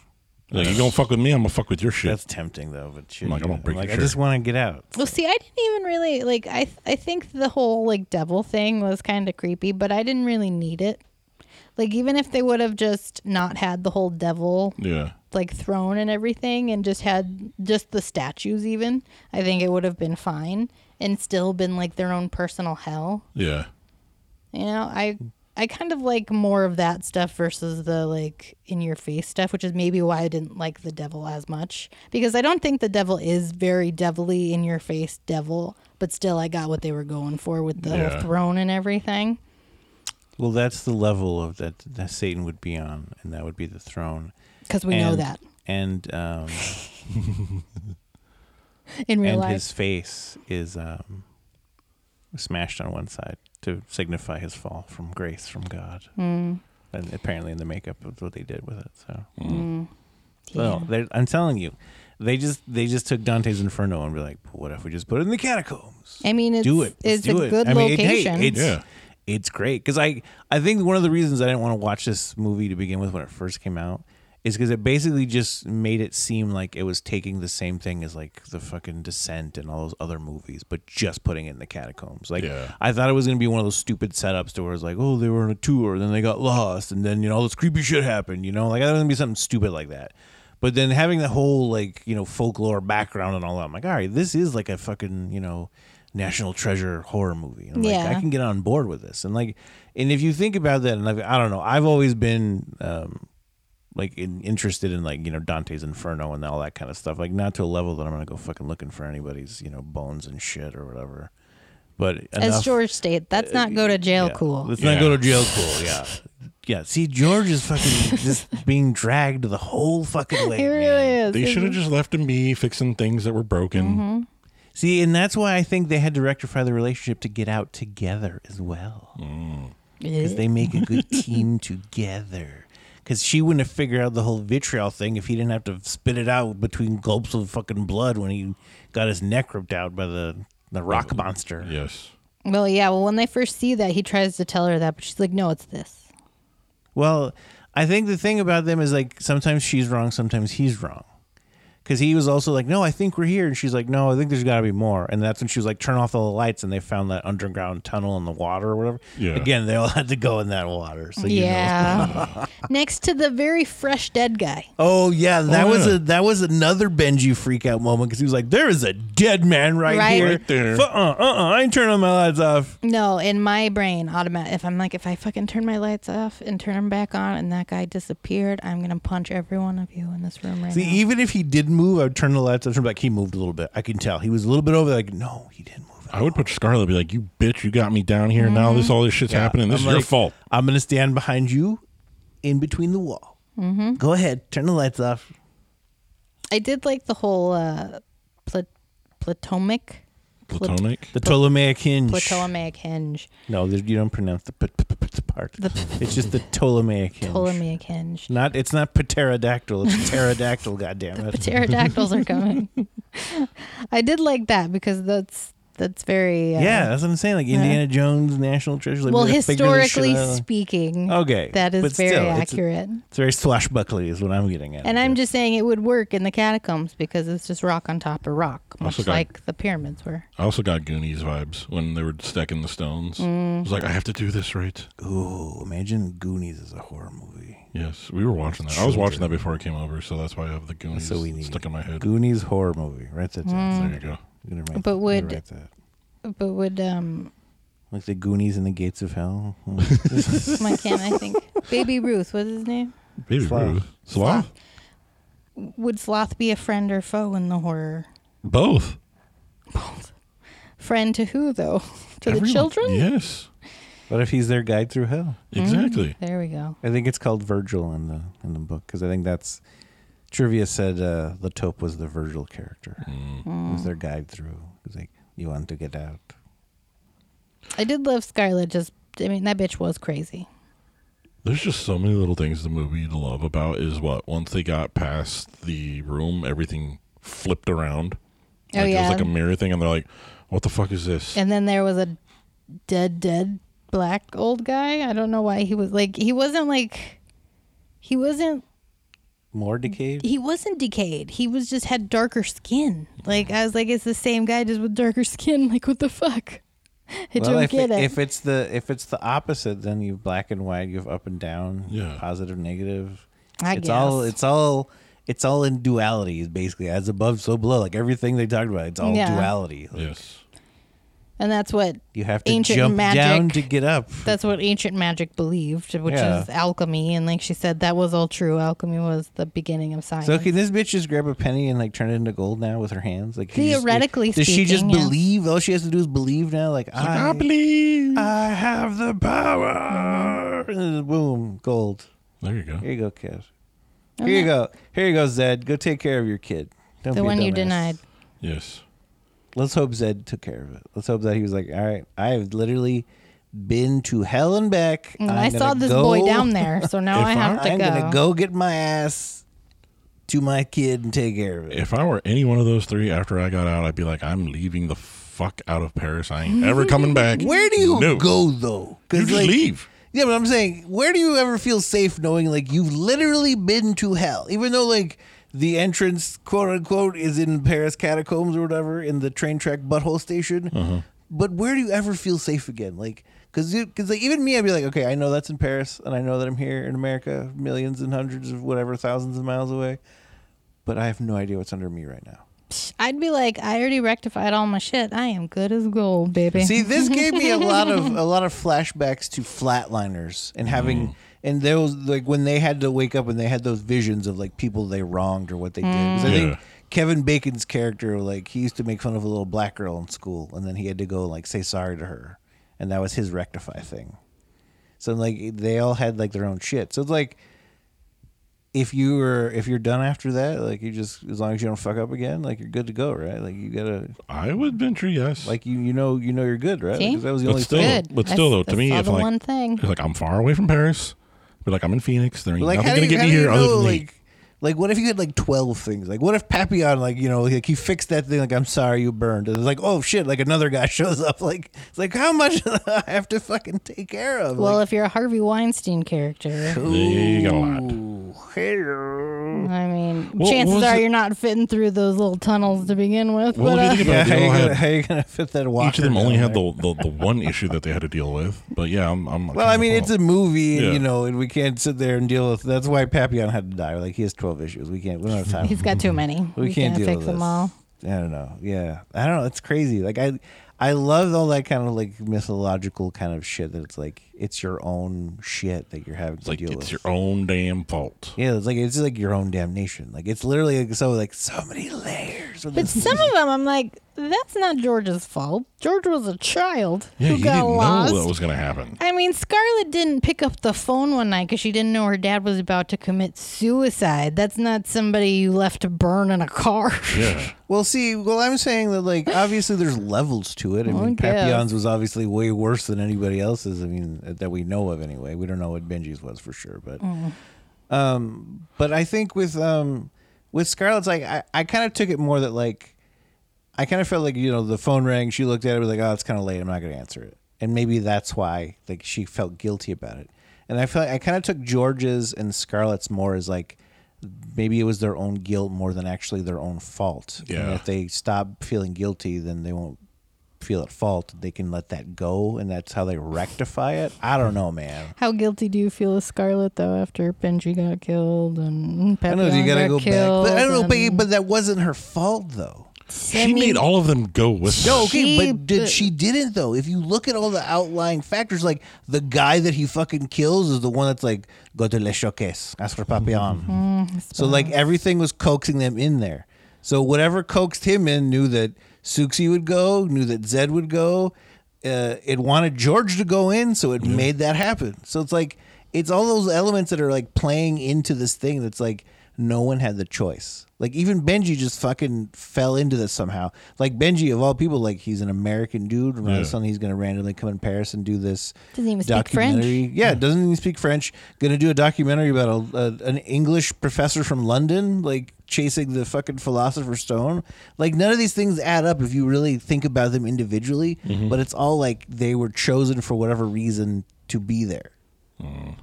Speaker 2: Like, you gonna fuck with me? I'm gonna fuck with your shit.
Speaker 1: that's tempting though. But shit,
Speaker 2: I'm like, I
Speaker 1: you
Speaker 2: won't
Speaker 1: know,
Speaker 2: break your
Speaker 1: like, I
Speaker 2: chair.
Speaker 1: just want to get out.
Speaker 3: Well, see, I didn't even really like. I I think the whole like devil thing was kind of creepy, but I didn't really need it. Like, even if they would have just not had the whole devil
Speaker 2: yeah.
Speaker 3: like throne and everything, and just had just the statues, even I think it would have been fine and still been like their own personal hell.
Speaker 2: Yeah.
Speaker 3: You know, I I kind of like more of that stuff versus the like in your face stuff, which is maybe why I didn't like the devil as much because I don't think the devil is very devilly in your face devil, but still I got what they were going for with the
Speaker 2: Yeah.
Speaker 3: throne and everything.
Speaker 1: Well, that's the level of that, that Satan would be on, and that would be the throne.
Speaker 3: Because we know
Speaker 1: And-
Speaker 3: that
Speaker 1: And um,
Speaker 3: in real
Speaker 1: and
Speaker 3: life.
Speaker 1: his face is um, smashed on one side to signify his fall from grace from God.
Speaker 3: Hmm.
Speaker 1: And apparently, in the makeup of what they did with it. So,
Speaker 2: Mm.
Speaker 3: Yeah.
Speaker 1: so there- I'm telling you, they just they just took Dante's Inferno and were like, what if we just put it in the catacombs?
Speaker 3: I mean, it's,
Speaker 1: do it. Let's
Speaker 3: it's
Speaker 1: do
Speaker 3: a
Speaker 1: it.
Speaker 3: good
Speaker 1: I mean, it- hey,
Speaker 3: location.
Speaker 1: it's
Speaker 2: Yeah.
Speaker 1: it's great because I I think one of the reasons I didn't want to watch this movie to begin with when it first came out is because it basically just made it seem like it was taking the same thing as like the fucking Descent and all those other movies, but just putting it in the catacombs. Like
Speaker 2: Yeah.
Speaker 1: I thought it was gonna be one of those stupid setups to where it's like, oh, they were on a tour, then they got lost, and then you know all this creepy shit happened. You know, like I thought it was gonna be something stupid like that. But then having the whole like you know folklore background and all that, I'm like, all right, this is like a fucking you know national treasure horror movie. And I'm
Speaker 3: Yeah.
Speaker 1: like, I can get on board with this. And like, and if you think about that, and like, I don't know, I've always been um, like in, interested in like you know Dante's Inferno and all that kind of stuff. Like not to a level that I'm gonna go fucking looking for anybody's you know bones and shit or whatever. But
Speaker 3: as
Speaker 1: enough- uh,
Speaker 3: George stated, that's not go to jail
Speaker 1: yeah.
Speaker 3: cool.
Speaker 1: Let's
Speaker 2: Yeah.
Speaker 1: not go to jail cool. Yeah. Yeah. See, George is fucking just being dragged the whole fucking way.
Speaker 3: It really is.
Speaker 2: They should have just left him be fixing things that were broken.
Speaker 1: See, and that's why I think they had to rectify the relationship to get out together as well. Because they make a good team together. Because she wouldn't have figured out the whole vitriol thing if he didn't have to spit it out between gulps of fucking blood when he got his neck ripped out by the, the rock monster.
Speaker 2: Yes.
Speaker 3: Well, yeah. Well, when they first see that, he tries to tell her that, but she's like, "No, it's this."
Speaker 1: Well, I think the thing about them is like sometimes she's wrong, sometimes he's wrong. Because he was also like, no, I think we're here. And she's like, no, I think there's got to be more. And that's when she was like, turn off all the lights. And they found that underground tunnel in the water or whatever.
Speaker 2: Yeah.
Speaker 1: Again, they all had to go in that water. So, you know.
Speaker 3: Yeah. Next to the very fresh dead guy.
Speaker 1: Oh, yeah. That
Speaker 2: Oh,
Speaker 1: was
Speaker 2: yeah.
Speaker 1: a that was another Benji freak out moment because he was like, there is a dead man right,
Speaker 3: Right.
Speaker 1: here.
Speaker 2: Right there.
Speaker 1: Fu- Uh-uh, uh-uh. I ain't turning my lights off.
Speaker 3: No, in my brain, automatic. If I'm like, if I fucking turn my lights off and turn them back on, and that guy disappeared, I'm gonna punch every one of you in this room right
Speaker 1: See,
Speaker 3: now.
Speaker 1: even if he did move, I would turn the lights off. Turn back. He moved a little bit. I can tell. He was a little bit over. Like, no, he didn't move. at
Speaker 2: I would put Scarlet and be like, "You bitch, you got me down here. Now this all this shit's happening. This
Speaker 1: I'm
Speaker 2: is your
Speaker 1: like,
Speaker 2: fault."
Speaker 1: I'm gonna stand behind you, in between the wall. Go ahead, turn the lights off.
Speaker 3: I did like the whole uh, pla- Platomic,
Speaker 2: Platonic.
Speaker 1: The Ptolemaic hinge.
Speaker 3: Ptolemaic hinge,
Speaker 1: No, there- you don't pronounce the p- p- p- p- part.
Speaker 3: The p-
Speaker 1: it's just the Ptolemaic hinge.
Speaker 3: Ptolemaic hinge.
Speaker 1: Not. It's not pterodactyl. It's pterodactyl. goddamn it.
Speaker 3: Pterodactyls are coming. I did like that because that's that's very uh,
Speaker 1: Yeah, that's what I'm saying. Like Indiana Jones, National Treasure. Like,
Speaker 3: Well,
Speaker 1: we gotta figure this shit
Speaker 3: historically
Speaker 1: out.
Speaker 3: speaking,
Speaker 1: Okay,
Speaker 3: that
Speaker 1: but
Speaker 3: is very
Speaker 1: still, it's-
Speaker 3: accurate.
Speaker 1: it's very swashbuckly, is what I'm getting at.
Speaker 3: And I'm just saying it would work in the catacombs because it's just rock on top of rock, much
Speaker 2: Also got-
Speaker 3: like the pyramids were.
Speaker 2: I also got Goonies vibes when they were stacking the stones.
Speaker 3: Mm.
Speaker 2: I was like, "I have to do this right."
Speaker 1: Ooh, imagine Goonies as a horror movie.
Speaker 2: Yes, we were watching that. I was watching that before I came over, so that's why I have the Goonies
Speaker 1: what we need.
Speaker 2: stuck in my head.
Speaker 1: Goonies horror movie. Write that down.
Speaker 2: There you go.
Speaker 1: You're gonna write-
Speaker 3: Hmm. But
Speaker 1: you're gonna
Speaker 3: would-
Speaker 1: write that.
Speaker 3: But would um,
Speaker 1: Like the Goonies and the Gates of Hell.
Speaker 3: why can't I think? Baby Ruth was his name.
Speaker 2: Baby
Speaker 1: Sloth.
Speaker 2: Ruth. Sloth.
Speaker 3: Would Sloth be a friend or foe in the horror?
Speaker 2: Both.
Speaker 3: Friend to who though? to the
Speaker 2: Everyone-
Speaker 3: children? Mm.
Speaker 2: Yes.
Speaker 1: What if he's their guide through hell?
Speaker 2: Exactly.
Speaker 3: There we go.
Speaker 1: I think it's called Virgil in the in the book because I think that's trivia said uh, the Taupe was the Virgil character. He was their guide through. He's like, you want to get out?
Speaker 3: I did love Scarlett. Just, I mean, that bitch was crazy.
Speaker 2: There's just so many little things the movie to love about is what once they got past the room, everything flipped around.
Speaker 3: Oh,
Speaker 2: like, It
Speaker 3: yeah.
Speaker 2: was like a mirror thing, and they're like, "What the fuck is this?"
Speaker 3: And then there was a dead, dead black old guy. I don't know why he was like. He wasn't like. He wasn't.
Speaker 1: More decayed.
Speaker 3: He wasn't decayed. He was just had darker skin. Like I was like, it's the same guy just with darker skin. Like what the fuck? I don't
Speaker 1: if,
Speaker 3: get it.
Speaker 1: if it's the if it's the opposite, then you have black and white. You have up and down.
Speaker 2: Yeah.
Speaker 1: Positive, negative.
Speaker 3: I
Speaker 1: it's all.
Speaker 3: guess.
Speaker 1: It's all. It's all in duality. Is basically as above, so below. Like everything they talked about, it's all
Speaker 3: Yeah.
Speaker 1: duality. Like,
Speaker 2: yes.
Speaker 3: and that's what
Speaker 1: You have to
Speaker 3: Ancient
Speaker 1: jump
Speaker 3: magic.
Speaker 1: down to get up.
Speaker 3: that's what ancient magic believed, which
Speaker 1: Yeah.
Speaker 3: is alchemy. And like she said, that was all true. Alchemy was the beginning of science.
Speaker 1: So can this bitch just grab a penny and like turn it into gold now with her hands? Like she just-
Speaker 3: Theoretically
Speaker 1: does she just
Speaker 3: speaking, yeah.
Speaker 1: believe? All she has to do is believe now. Like I,
Speaker 2: I believe.
Speaker 1: I have the power.
Speaker 3: Mm-hmm.
Speaker 1: And boom, gold.
Speaker 2: there you go.
Speaker 1: Here you go, kid. Here you go. Here you go, Zed. Go take care of your kid. Don't
Speaker 3: the
Speaker 1: be a
Speaker 3: one you
Speaker 1: dumbass.
Speaker 3: denied. Mm,
Speaker 2: Yes.
Speaker 1: Let's hope Zed took care of it. Let's hope that he was like, all right, I have literally been to hell and back.
Speaker 3: And
Speaker 1: I'm
Speaker 3: I saw
Speaker 1: gonna
Speaker 3: this
Speaker 1: go-
Speaker 3: boy down there, so now
Speaker 2: If
Speaker 3: I have to
Speaker 1: I'm
Speaker 3: go.
Speaker 1: gonna go get my ass to my kid and take care of it.
Speaker 2: If I were any one of those three after I got out, I'd be like, I'm leaving the fuck out of Paris. I ain't ever coming back.
Speaker 1: Where do you
Speaker 2: No.
Speaker 1: go though?
Speaker 2: You
Speaker 1: 'Cause,
Speaker 2: just
Speaker 1: like-
Speaker 2: leave.
Speaker 1: Yeah, but I'm saying, where do you ever feel safe knowing like you've literally been to hell? Even though like the entrance, quote unquote, is in Paris catacombs or whatever in the train track butthole station.
Speaker 2: Uh-huh.
Speaker 1: But where do you ever feel safe again? Like, cause you, cause like even me, I'd be like, okay, I know that's in Paris, and I know that I'm here in America, millions and hundreds of whatever, thousands of miles away. But I have no idea what's under me right now.
Speaker 3: I'd be like, I already rectified all my shit. I am good as gold, baby.
Speaker 1: See, this gave me a lot of a lot of flashbacks to flatliners and having and those like when they had to wake up and they had those visions of like people they wronged or what they did. 'Cause I
Speaker 2: Yeah.
Speaker 1: think Kevin Bacon's character like he used to make fun of a little black girl in school and then he had to go like say sorry to her, and that was his rectify thing. So like they all had like their own shit. So it's like if you were if you're done after that, like you just as long as you don't fuck up again, like you're good to go, right? Like you gotta
Speaker 2: I would venture yes.
Speaker 1: like you, you know, you know you're good, right?
Speaker 3: See?
Speaker 1: Because that was the
Speaker 2: But
Speaker 1: only
Speaker 2: still-
Speaker 1: thing.
Speaker 3: good.
Speaker 2: but still, though, to
Speaker 3: that's
Speaker 2: me,
Speaker 3: all
Speaker 2: if,
Speaker 3: the
Speaker 2: like-
Speaker 3: one thing.
Speaker 2: You're like, I'm far away from Paris. But like, I'm in Phoenix. There ain't
Speaker 1: Like,
Speaker 2: nothing
Speaker 1: how do
Speaker 2: gonna
Speaker 1: you,
Speaker 2: get
Speaker 1: how
Speaker 2: me
Speaker 1: do you
Speaker 2: here other
Speaker 1: know,
Speaker 2: than me.
Speaker 1: like, like, what if you had like twelve things? Like, what if Papillon, like, you know, like he fixed that thing? Like, I'm sorry, you burned. And it's like, oh shit! Like another guy shows up. Like, it's like, how much do I have to fucking take care of?
Speaker 3: well,
Speaker 1: like,
Speaker 3: if you're a Harvey Weinstein character,
Speaker 2: They got a
Speaker 3: uh,
Speaker 2: lot.
Speaker 1: ooh, hello.
Speaker 3: I mean,
Speaker 2: What
Speaker 3: chances
Speaker 2: was
Speaker 3: are
Speaker 2: it-
Speaker 3: you're not fitting through those little tunnels to begin with.
Speaker 2: What
Speaker 3: but,
Speaker 2: would you
Speaker 3: uh,
Speaker 2: think
Speaker 1: Yeah,
Speaker 2: about it? They
Speaker 1: how
Speaker 2: all
Speaker 1: you,
Speaker 2: had-
Speaker 1: gonna, how you gonna fit that walker?
Speaker 2: each of them only
Speaker 1: down
Speaker 2: had
Speaker 1: there?
Speaker 2: the, the, the one issue that they had to deal with. But yeah, I'm. I'm
Speaker 1: Well, I mean, it's a movie, and
Speaker 2: Yeah.
Speaker 1: you know, and we can't sit there and deal with. That's why Papillon had to die. Like, he has twelve issues. We can't. We don't have time.
Speaker 3: he's got too many.
Speaker 1: we, can't, deal
Speaker 3: fix
Speaker 1: with
Speaker 3: them
Speaker 1: this.
Speaker 3: all.
Speaker 1: I don't know. Yeah, I don't know. It's crazy. Like I, I love all that kind of like mythological kind of shit. That it's like it's your own shit that you're having
Speaker 2: It's
Speaker 1: to
Speaker 2: like
Speaker 1: deal with.
Speaker 2: it's your own damn fault.
Speaker 1: yeah, it's like it's like your own damnation. Like it's literally like, so like so many layers. Of
Speaker 3: But
Speaker 1: this.
Speaker 3: some of them, I'm like, that's not George's fault. George was a child
Speaker 2: Yeah,
Speaker 3: who
Speaker 2: you
Speaker 3: got
Speaker 2: didn't
Speaker 3: lost.
Speaker 2: know that was gonna happen.
Speaker 3: I mean, Scarlett didn't pick up the phone one night because she didn't know her dad was about to commit suicide. That's not somebody you left to burn in a car.
Speaker 2: Yeah,
Speaker 1: Well, see, well, I'm saying that like obviously there's levels to it. I mean,
Speaker 3: guess.
Speaker 1: Papillon's was obviously way worse than anybody else's. I mean, uh, that we know of anyway. We don't know what Benji's was for sure, but, um, but I think with um with Scarlett's, like I, I kind of took it more that like I kind of felt like you know the phone rang. She looked at it, was like, oh, it's kind of late. I'm not gonna answer it, and maybe that's why like she felt guilty about it. And I felt I kind of took George's and Scarlett's more as like maybe it was their own guilt more than actually their own fault. And
Speaker 2: Yeah.
Speaker 1: if they stop feeling guilty, then they won't feel at fault. They can let that go, and that's how they rectify it. I don't know, man.
Speaker 3: How guilty do you feel of Scarlett though after Benji got killed and
Speaker 1: I
Speaker 3: Papillon
Speaker 1: know you gotta
Speaker 3: got
Speaker 1: go
Speaker 3: killed?
Speaker 1: back, but I don't know, but,
Speaker 3: and-
Speaker 1: but that wasn't her fault though.
Speaker 2: she made all of them go with.
Speaker 1: No,
Speaker 2: her.
Speaker 1: okay,
Speaker 3: She-
Speaker 1: but did she didn't though? If you look at all the outlying factors, like the guy that he fucking kills is the one that's like go to les choques, ask for papillon. So like everything was coaxing them in there. So whatever coaxed him in knew that Suxi would go, knew that Zed would go. uh, it wanted George to go in, so it made that happen. So it's like it's all those elements that are like playing into this thing that's like no one had the choice. Like even Benji just fucking fell into this somehow. Like Benji of all people, like he's an American dude. and all of a
Speaker 2: Yeah.
Speaker 1: sudden he's gonna randomly come in Paris and do this
Speaker 3: Doesn't even speak French.
Speaker 1: documentary. Yeah, doesn't even speak French. Going to do a documentary about a, a, an English professor from London, like chasing the fucking philosopher's stone. Like none of these things add up if you really think about them individually. But it's all like they were chosen for whatever reason to be there,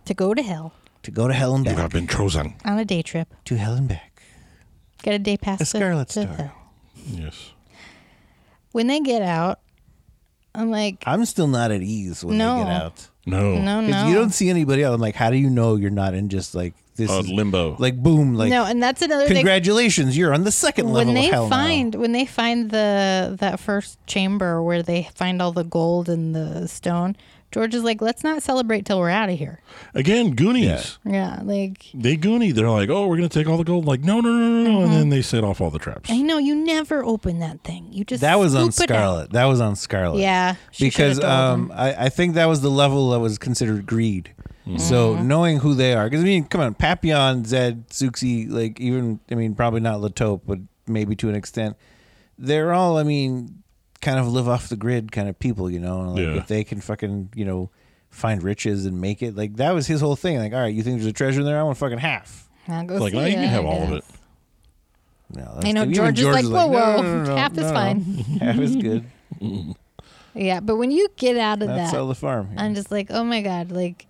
Speaker 3: to go to hell
Speaker 1: to go to hell and
Speaker 2: You
Speaker 1: back,
Speaker 2: have been chosen.
Speaker 3: on a day trip.
Speaker 1: to hell and back.
Speaker 3: Get a day pass.
Speaker 1: A
Speaker 3: to-
Speaker 1: Scarlet
Speaker 3: to
Speaker 1: Star.
Speaker 3: hell.
Speaker 2: Yes.
Speaker 3: When they get out, I'm like,
Speaker 1: I'm still not at ease when
Speaker 3: No.
Speaker 1: they get out.
Speaker 2: No.
Speaker 3: no,
Speaker 1: 'Cause
Speaker 3: no,
Speaker 1: You don't see anybody else. I'm like, how do you know you're not in just like this
Speaker 2: Uh,
Speaker 1: is-
Speaker 2: limbo.
Speaker 1: Like boom, like
Speaker 3: no, and that's another thing.
Speaker 1: congratulations, you're on the second level
Speaker 3: when they
Speaker 1: of hell now.
Speaker 3: find when they find the that first chamber where they find all the gold and the stone george is like let's not celebrate till we're out of here
Speaker 2: Again, Goonies.
Speaker 3: yeah like
Speaker 2: They Goonie. They're like, oh, we're gonna take all the gold. Like, no, no, no, no, no. And then they set off all the traps.
Speaker 3: Mm-hmm. i know you never open that thing you just
Speaker 1: That was on
Speaker 3: scoop it out.
Speaker 1: Scarlet. That was on Scarlet.
Speaker 3: yeah she
Speaker 1: because
Speaker 3: shoulda told him.
Speaker 1: um, I, I think that was the level that was considered greed. So
Speaker 3: Mm-hmm.
Speaker 1: knowing who they are, because I mean, come on, Papillon, Zed, Suxi, like even I mean, probably not Latope, but maybe to an extent, they're all I mean, kind of live off the grid kind of people, you know. And like,
Speaker 2: Yeah.
Speaker 1: If they can fucking you know find riches and make it, like that was his whole thing. Like, all right, you think there's a treasure in there? I want fucking half.
Speaker 3: I'll go
Speaker 2: Like,
Speaker 3: see
Speaker 2: I
Speaker 3: ya,
Speaker 2: can have all of
Speaker 3: guess.
Speaker 2: it.
Speaker 1: No, that's-
Speaker 3: I know
Speaker 1: even
Speaker 3: George is like, whoa, whoa, half is fine.
Speaker 1: half is good.
Speaker 3: yeah but when you get out of
Speaker 1: Not
Speaker 3: that
Speaker 1: sell the farm.
Speaker 3: i'm just like oh my god like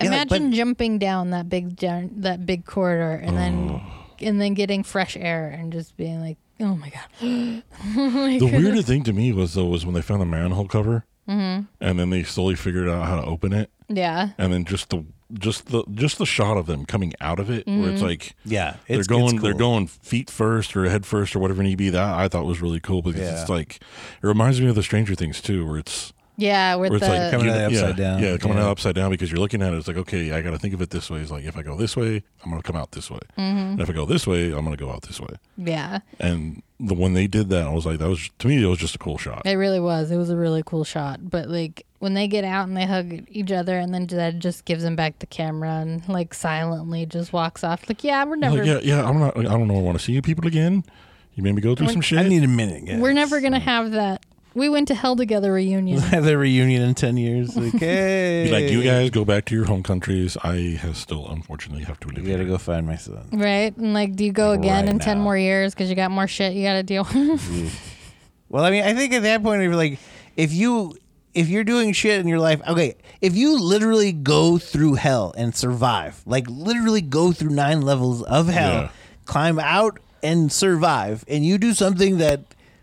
Speaker 1: Yeah, like,
Speaker 3: imagine
Speaker 1: but-
Speaker 3: jumping down that big down, that big corridor and then and then getting fresh air and just being like oh my god
Speaker 2: The weirdest thing to me was though was when they found the manhole cover,
Speaker 3: Mm-hmm.
Speaker 2: and then they slowly figured out how to open it,
Speaker 3: yeah
Speaker 2: and then just the just the just the shot of them coming out of it, where it's
Speaker 3: Mm-hmm.
Speaker 2: like
Speaker 1: Yeah,
Speaker 2: they're
Speaker 1: it's-
Speaker 2: going
Speaker 1: it's
Speaker 2: they're
Speaker 1: cool.
Speaker 2: going feet first or head first or whatever it need be. That I thought was really cool because it's
Speaker 1: Yeah.
Speaker 2: like it reminds me of the Stranger Things too, where it's
Speaker 3: yeah with
Speaker 2: where it's
Speaker 3: the
Speaker 2: like
Speaker 1: Coming out
Speaker 2: yeah,
Speaker 1: upside down.
Speaker 2: Yeah, coming
Speaker 1: Yeah.
Speaker 2: out upside down because you're looking at it. It's like okay, I got to think of it this way. It's like if I go this way, I'm gonna come out this way,
Speaker 3: Mm-hmm.
Speaker 2: and if I go this way, I'm gonna go out this way.
Speaker 3: yeah
Speaker 2: And the when they did that, I was like, that was to me, it was just a cool shot.
Speaker 3: it really was it was a really cool shot but like when they get out and they hug each other and then that just gives him back the camera and like silently just walks off like yeah we're never
Speaker 2: Like, yeah, yeah, I'm not. I don't know. I want to see you people again. You made me go through some shit.
Speaker 1: I need a minute. Guys.
Speaker 3: we're never gonna have that we went to hell together reunion
Speaker 1: have their reunion in 10 years. Like, hey.
Speaker 2: Be like you guys go back to your home countries. I have still unfortunately have to live
Speaker 1: We gotta
Speaker 2: here.
Speaker 1: go find my son.
Speaker 3: Right? And like, do you go again
Speaker 1: Right
Speaker 3: in 10
Speaker 1: now.
Speaker 3: more years because you got more shit you got to deal with?
Speaker 1: Well, I mean, I think at that point, you're like, if you. If you're doing shit in your life, okay, if you literally go through hell and survive, like literally go through nine levels of hell,
Speaker 2: Yeah.
Speaker 1: climb out and survive, and you do something that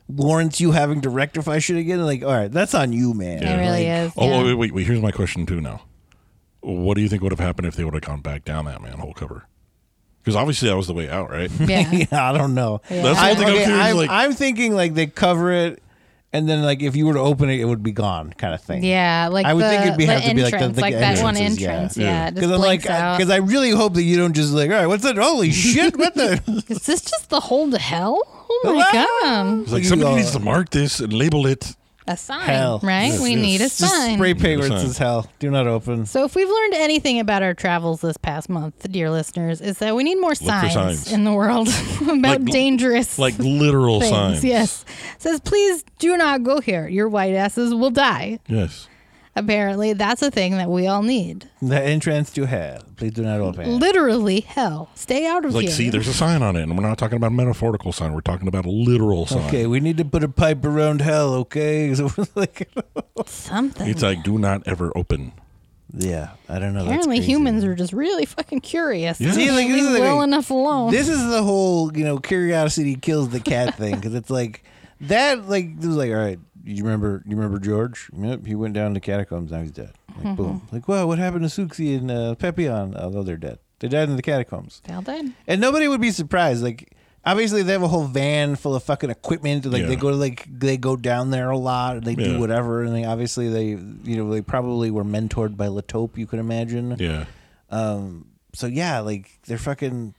Speaker 1: warrants you having to rectify shit again, like, all right, that's on you, man.
Speaker 3: It really
Speaker 1: Like,
Speaker 3: is.
Speaker 2: Oh
Speaker 3: yeah.
Speaker 2: wait, wait, wait, wait. Here's my question too. Now, what do you think would have happened if they would have gone back down that manhole cover? Because obviously that was the way out, right?
Speaker 3: yeah.
Speaker 1: yeah, I don't know.
Speaker 2: That's the
Speaker 1: I,
Speaker 2: one thing I'm curious,
Speaker 1: am
Speaker 2: like-
Speaker 1: I'm thinking like they cover it, and then like if you were to open it, it would be gone, kind of thing.
Speaker 3: Yeah, like
Speaker 1: I would
Speaker 3: the,
Speaker 1: think it'd be
Speaker 3: the
Speaker 1: have to be like
Speaker 3: entrance,
Speaker 1: the-
Speaker 3: like,
Speaker 1: the
Speaker 3: that one
Speaker 1: entrances, yeah.
Speaker 3: entrance.
Speaker 1: Yeah.
Speaker 3: Yeah, it just
Speaker 1: Because I'm like,
Speaker 3: blinks out.
Speaker 1: because I really hope that you don't just like, all right, what's that? Holy shit! What the?
Speaker 3: is this just the hole to hell? Oh my god,
Speaker 2: It's like
Speaker 1: You
Speaker 2: somebody
Speaker 1: are-
Speaker 2: needs to mark this and label it.
Speaker 3: a sign,
Speaker 1: Hell.
Speaker 3: right?
Speaker 2: Yes,
Speaker 3: we
Speaker 2: yes.
Speaker 3: need a
Speaker 1: Just
Speaker 3: sign.
Speaker 1: spray paint where it
Speaker 2: Sign.
Speaker 1: says hell. Do not open.
Speaker 3: so if we've learned anything about our travels this past month, dear listeners, is that we need more signs,
Speaker 2: signs.
Speaker 3: in the world about
Speaker 2: Like-
Speaker 3: dangerous
Speaker 2: Like literal
Speaker 3: things.
Speaker 2: signs.
Speaker 3: Yes, says please do not go here. Your white asses will die.
Speaker 2: Yes.
Speaker 3: Apparently, that's a thing that we all need.
Speaker 1: The entrance to hell. Please do not open.
Speaker 3: Literally, hell. Stay out of
Speaker 2: Like,
Speaker 3: here.
Speaker 2: see, there's a sign on it, and we're not talking about a metaphorical sign. We're talking about a literal sign.
Speaker 1: Okay, we need to put a pipe around hell. Okay, so we're like,
Speaker 3: something.
Speaker 2: It's like, do not ever open.
Speaker 1: yeah, I don't know.
Speaker 3: Apparently,
Speaker 1: That's crazy.
Speaker 3: humans are just really fucking curious.
Speaker 2: Yeah.
Speaker 1: See, like, this
Speaker 3: Leave
Speaker 1: is the
Speaker 3: well
Speaker 1: thing.
Speaker 3: enough alone.
Speaker 1: This is the whole, you know, curiosity kills the cat thing because it's like that. Like it was like, all right, you remember, you remember George? Yep, he went down to catacombs. Now he's dead. Like
Speaker 2: Mm-hmm.
Speaker 1: boom. Like wow, what happened to Suxi and uh, Pepion? Although they're dead, they died in the catacombs,
Speaker 3: Well done.
Speaker 1: and nobody would be surprised. Like obviously they have a whole van full of fucking equipment. Like
Speaker 2: Yeah.
Speaker 1: they go to like they go down there a lot. and They
Speaker 2: Yeah.
Speaker 1: do whatever, and they obviously they you know they probably were mentored by Latope. You can imagine
Speaker 2: Yeah.
Speaker 1: so yeah, like they're fucking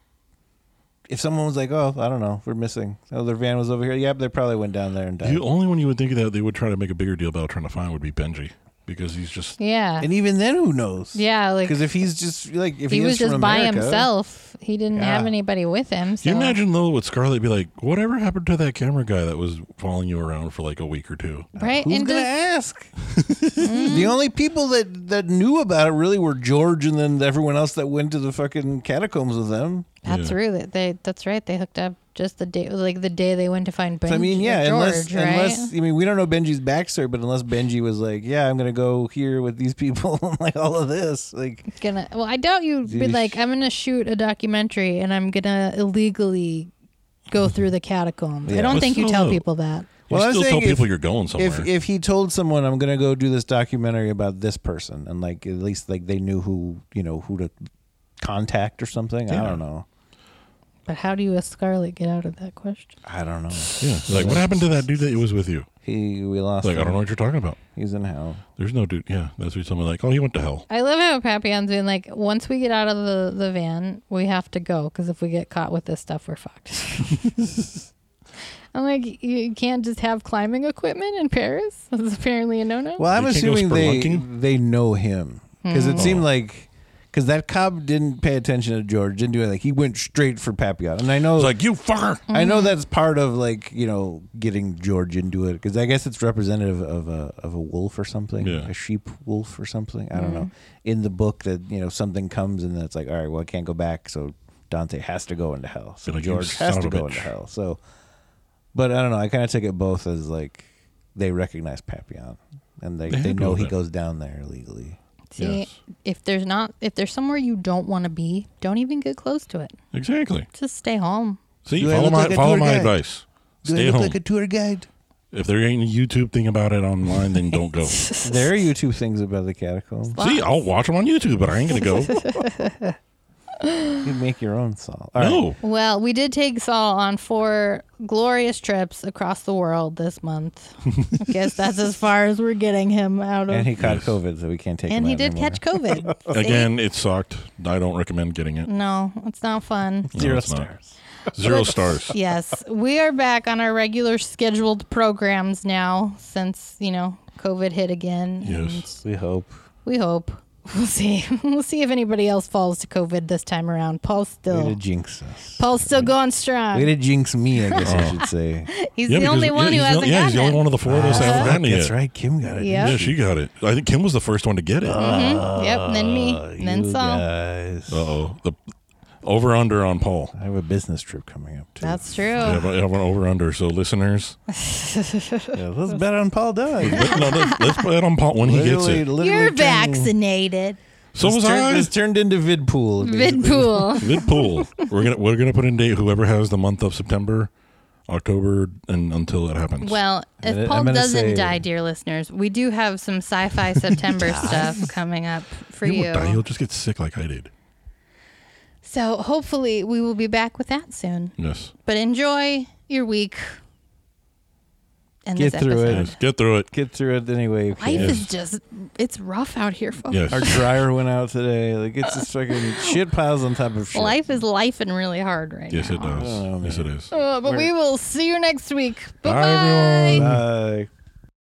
Speaker 1: if someone was like, "Oh, I don't know, we're missing," oh, their van was over here. Yep, they probably went down there and died.
Speaker 2: The only one you would think that they would try to make a bigger deal about trying to find would be Benji because he's just
Speaker 3: Yeah.
Speaker 1: and even then, who knows?
Speaker 3: yeah. Like
Speaker 1: because if he's just like if he,
Speaker 3: he
Speaker 1: is
Speaker 3: was just
Speaker 1: from
Speaker 3: by
Speaker 1: America-
Speaker 3: himself. He didn't have
Speaker 1: Yeah.
Speaker 3: anybody with him. So
Speaker 2: Can you imagine though what Scarlett be like? Whatever happened to that camera guy that was following you around for like a week or two?
Speaker 3: right?
Speaker 1: Who's
Speaker 3: and
Speaker 1: gonna
Speaker 3: just-
Speaker 1: ask? the only people that that knew about it really were George, and then everyone else that went to the fucking catacombs with them.
Speaker 3: that's
Speaker 2: Yeah.
Speaker 3: really they. That's right. They hooked up just the day, like the day they went to find Benji.
Speaker 1: So, I mean, yeah, unless
Speaker 3: George, right?
Speaker 1: unless I mean we don't know Benji's backstory, but unless Benji was like, yeah, I'm gonna go here with these people, and, like all of this, like
Speaker 3: gonna well i doubt you'd be
Speaker 1: Yeesh.
Speaker 3: like i'm gonna shoot a documentary and i'm gonna illegally go through the catacombs i
Speaker 1: Yeah.
Speaker 3: don't
Speaker 2: But
Speaker 3: think you
Speaker 2: still,
Speaker 3: tell
Speaker 2: though,
Speaker 3: people that
Speaker 2: You
Speaker 1: Well, I was
Speaker 2: still tell
Speaker 1: saying if-
Speaker 2: people you're going somewhere.
Speaker 1: if if he told someone I'm gonna go do this documentary about this person, and like at least like they knew who you know who to contact or something. I
Speaker 2: Yeah.
Speaker 1: don't know.
Speaker 3: but how do you as scarlet get out of that question
Speaker 1: I don't know.
Speaker 2: yeah, like what happened to that dude that was with you?
Speaker 1: He we lost.
Speaker 2: Like I
Speaker 1: him.
Speaker 2: don't know what you're talking about.
Speaker 1: He's in hell.
Speaker 2: There's no dude. Yeah, that's what someone like. Oh, he went to hell.
Speaker 3: i love how papillon's been like once we get out of the, the van we have to go because if we get caught with this stuff we're fucked i'm like you can't just have climbing equipment in paris that's apparently a no-no
Speaker 1: Well, I'm
Speaker 2: You can't go
Speaker 1: assuming they
Speaker 2: spelunking?
Speaker 1: they know him because it seemed
Speaker 2: Oh.
Speaker 1: like because that cop didn't pay attention to George, didn't do anything. He went straight for Papillon, and I know
Speaker 2: It's like you fucker.
Speaker 1: I know that's part of like you know getting George into it because I guess it's representative of a of a wolf or something,
Speaker 2: Yeah.
Speaker 1: a sheep wolf or something. I don't know. In the book, that you know something comes and that's like, all right, well I can't go back, so Dante has to go into hell. So
Speaker 2: Be like, you
Speaker 1: George
Speaker 2: son
Speaker 1: has
Speaker 2: of
Speaker 1: to
Speaker 2: a
Speaker 1: go
Speaker 2: bitch.
Speaker 1: into hell. So, but I don't know. I kind of take it both as like they recognize Papillon and they
Speaker 2: They
Speaker 1: they,
Speaker 2: had to
Speaker 1: know
Speaker 2: have
Speaker 1: he
Speaker 2: it.
Speaker 1: goes down there illegally.
Speaker 3: See,
Speaker 2: Yes.
Speaker 3: if there's not if there's somewhere you don't want to be don't even get close to it
Speaker 2: Exactly.
Speaker 3: just stay home
Speaker 2: See,
Speaker 1: Do I
Speaker 2: follow
Speaker 1: look
Speaker 2: my
Speaker 1: like a
Speaker 2: follow
Speaker 1: tour
Speaker 2: my
Speaker 1: guide?
Speaker 2: advice.
Speaker 1: Do I
Speaker 2: Stay
Speaker 1: look
Speaker 2: home.
Speaker 1: like a tour guide?
Speaker 2: if there ain't a YouTube thing about it online, then don't go. See,
Speaker 1: There are YouTube things about the catacombs.
Speaker 2: I'll watch them on YouTube, but I ain't gonna go.
Speaker 1: You make your own song. All right.
Speaker 2: no.
Speaker 3: Well, we did take Saul on four glorious trips across the world this month. I guess that's as far as we're getting him out of.
Speaker 1: And he caught
Speaker 2: Yes.
Speaker 1: COVID, so we can't take
Speaker 3: And
Speaker 1: him
Speaker 3: he
Speaker 1: out
Speaker 3: did
Speaker 1: anymore.
Speaker 3: catch COVID. See?
Speaker 2: Again, it sucked. I don't recommend getting it.
Speaker 3: No, it's not fun.
Speaker 2: No,
Speaker 1: Zero
Speaker 2: it's not.
Speaker 1: stars.
Speaker 2: Zero stars.
Speaker 3: Yes, we are back on our regular scheduled programs now since, you know, COVID hit again.
Speaker 2: Yes.
Speaker 1: We hope.
Speaker 3: We hope. We'll see. We'll see if anybody else falls to COVID this time around. Paul's
Speaker 1: Way to
Speaker 3: still
Speaker 1: jinx us.
Speaker 3: Paul's still going
Speaker 1: Way
Speaker 3: strong.
Speaker 1: to jinx me, I guess
Speaker 2: Oh.
Speaker 1: I should say.
Speaker 3: He's
Speaker 2: Yeah,
Speaker 3: the
Speaker 2: because-
Speaker 3: only one
Speaker 2: yeah,
Speaker 3: who
Speaker 2: he's
Speaker 3: hasn't
Speaker 2: the, Yeah,
Speaker 3: gotten
Speaker 2: he's the only
Speaker 3: it.
Speaker 2: one of the four of us that haven't gotten it yet.
Speaker 1: Ah, That's right, Kim got it.
Speaker 3: Yeah.
Speaker 2: Yeah, she got it. I think Kim was the first one Uh, to get it. Uh
Speaker 1: Uh-huh.
Speaker 3: Yep, and then me, and then
Speaker 1: You
Speaker 3: Saul.
Speaker 1: guys.
Speaker 2: oh. The over under on Paul.
Speaker 1: I have a business trip coming up too.
Speaker 3: That's true.
Speaker 2: Yeah, but I went over under. So listeners,
Speaker 1: Yeah, let's bet on Paul Doug.
Speaker 2: let, no, let, let's put that on Paul when he gets
Speaker 1: Literally,
Speaker 2: it.
Speaker 1: literally
Speaker 3: You're
Speaker 1: turned-
Speaker 3: vaccinated.
Speaker 2: So
Speaker 1: this
Speaker 2: was
Speaker 1: turned,
Speaker 2: I.
Speaker 1: This turned into Vidpool. basically.
Speaker 3: Vidpool.
Speaker 2: Mid pool. We're gonna we're gonna put in date whoever has the month of September, October, and until it happens.
Speaker 3: Well,
Speaker 1: I'm
Speaker 3: if
Speaker 1: gonna-
Speaker 3: Paul
Speaker 1: I'm gonna
Speaker 3: doesn't
Speaker 1: say-
Speaker 3: die, dear listeners, we do have some sci-fi September stuff coming up for
Speaker 2: you
Speaker 3: you.
Speaker 2: won't die. You'll just get sick like I did.
Speaker 3: So hopefully we will be back with that soon.
Speaker 2: Yes.
Speaker 3: But enjoy your week. And
Speaker 1: Get
Speaker 3: this
Speaker 1: through it.
Speaker 3: episode.
Speaker 2: Yes. Get through it.
Speaker 1: Get through it anyway. if you
Speaker 3: Life
Speaker 1: can.
Speaker 3: is just—it's rough out here, folks.
Speaker 2: Yes.
Speaker 1: Our dryer went out today. Like it's just fucking shit piles on top of shit.
Speaker 3: Life is life and really hard right
Speaker 2: Yes,
Speaker 3: now.
Speaker 2: it does.
Speaker 1: Oh,
Speaker 2: yes, it is.
Speaker 3: Uh, but we will see you next week. Bye-bye.
Speaker 2: everyone.
Speaker 1: Bye.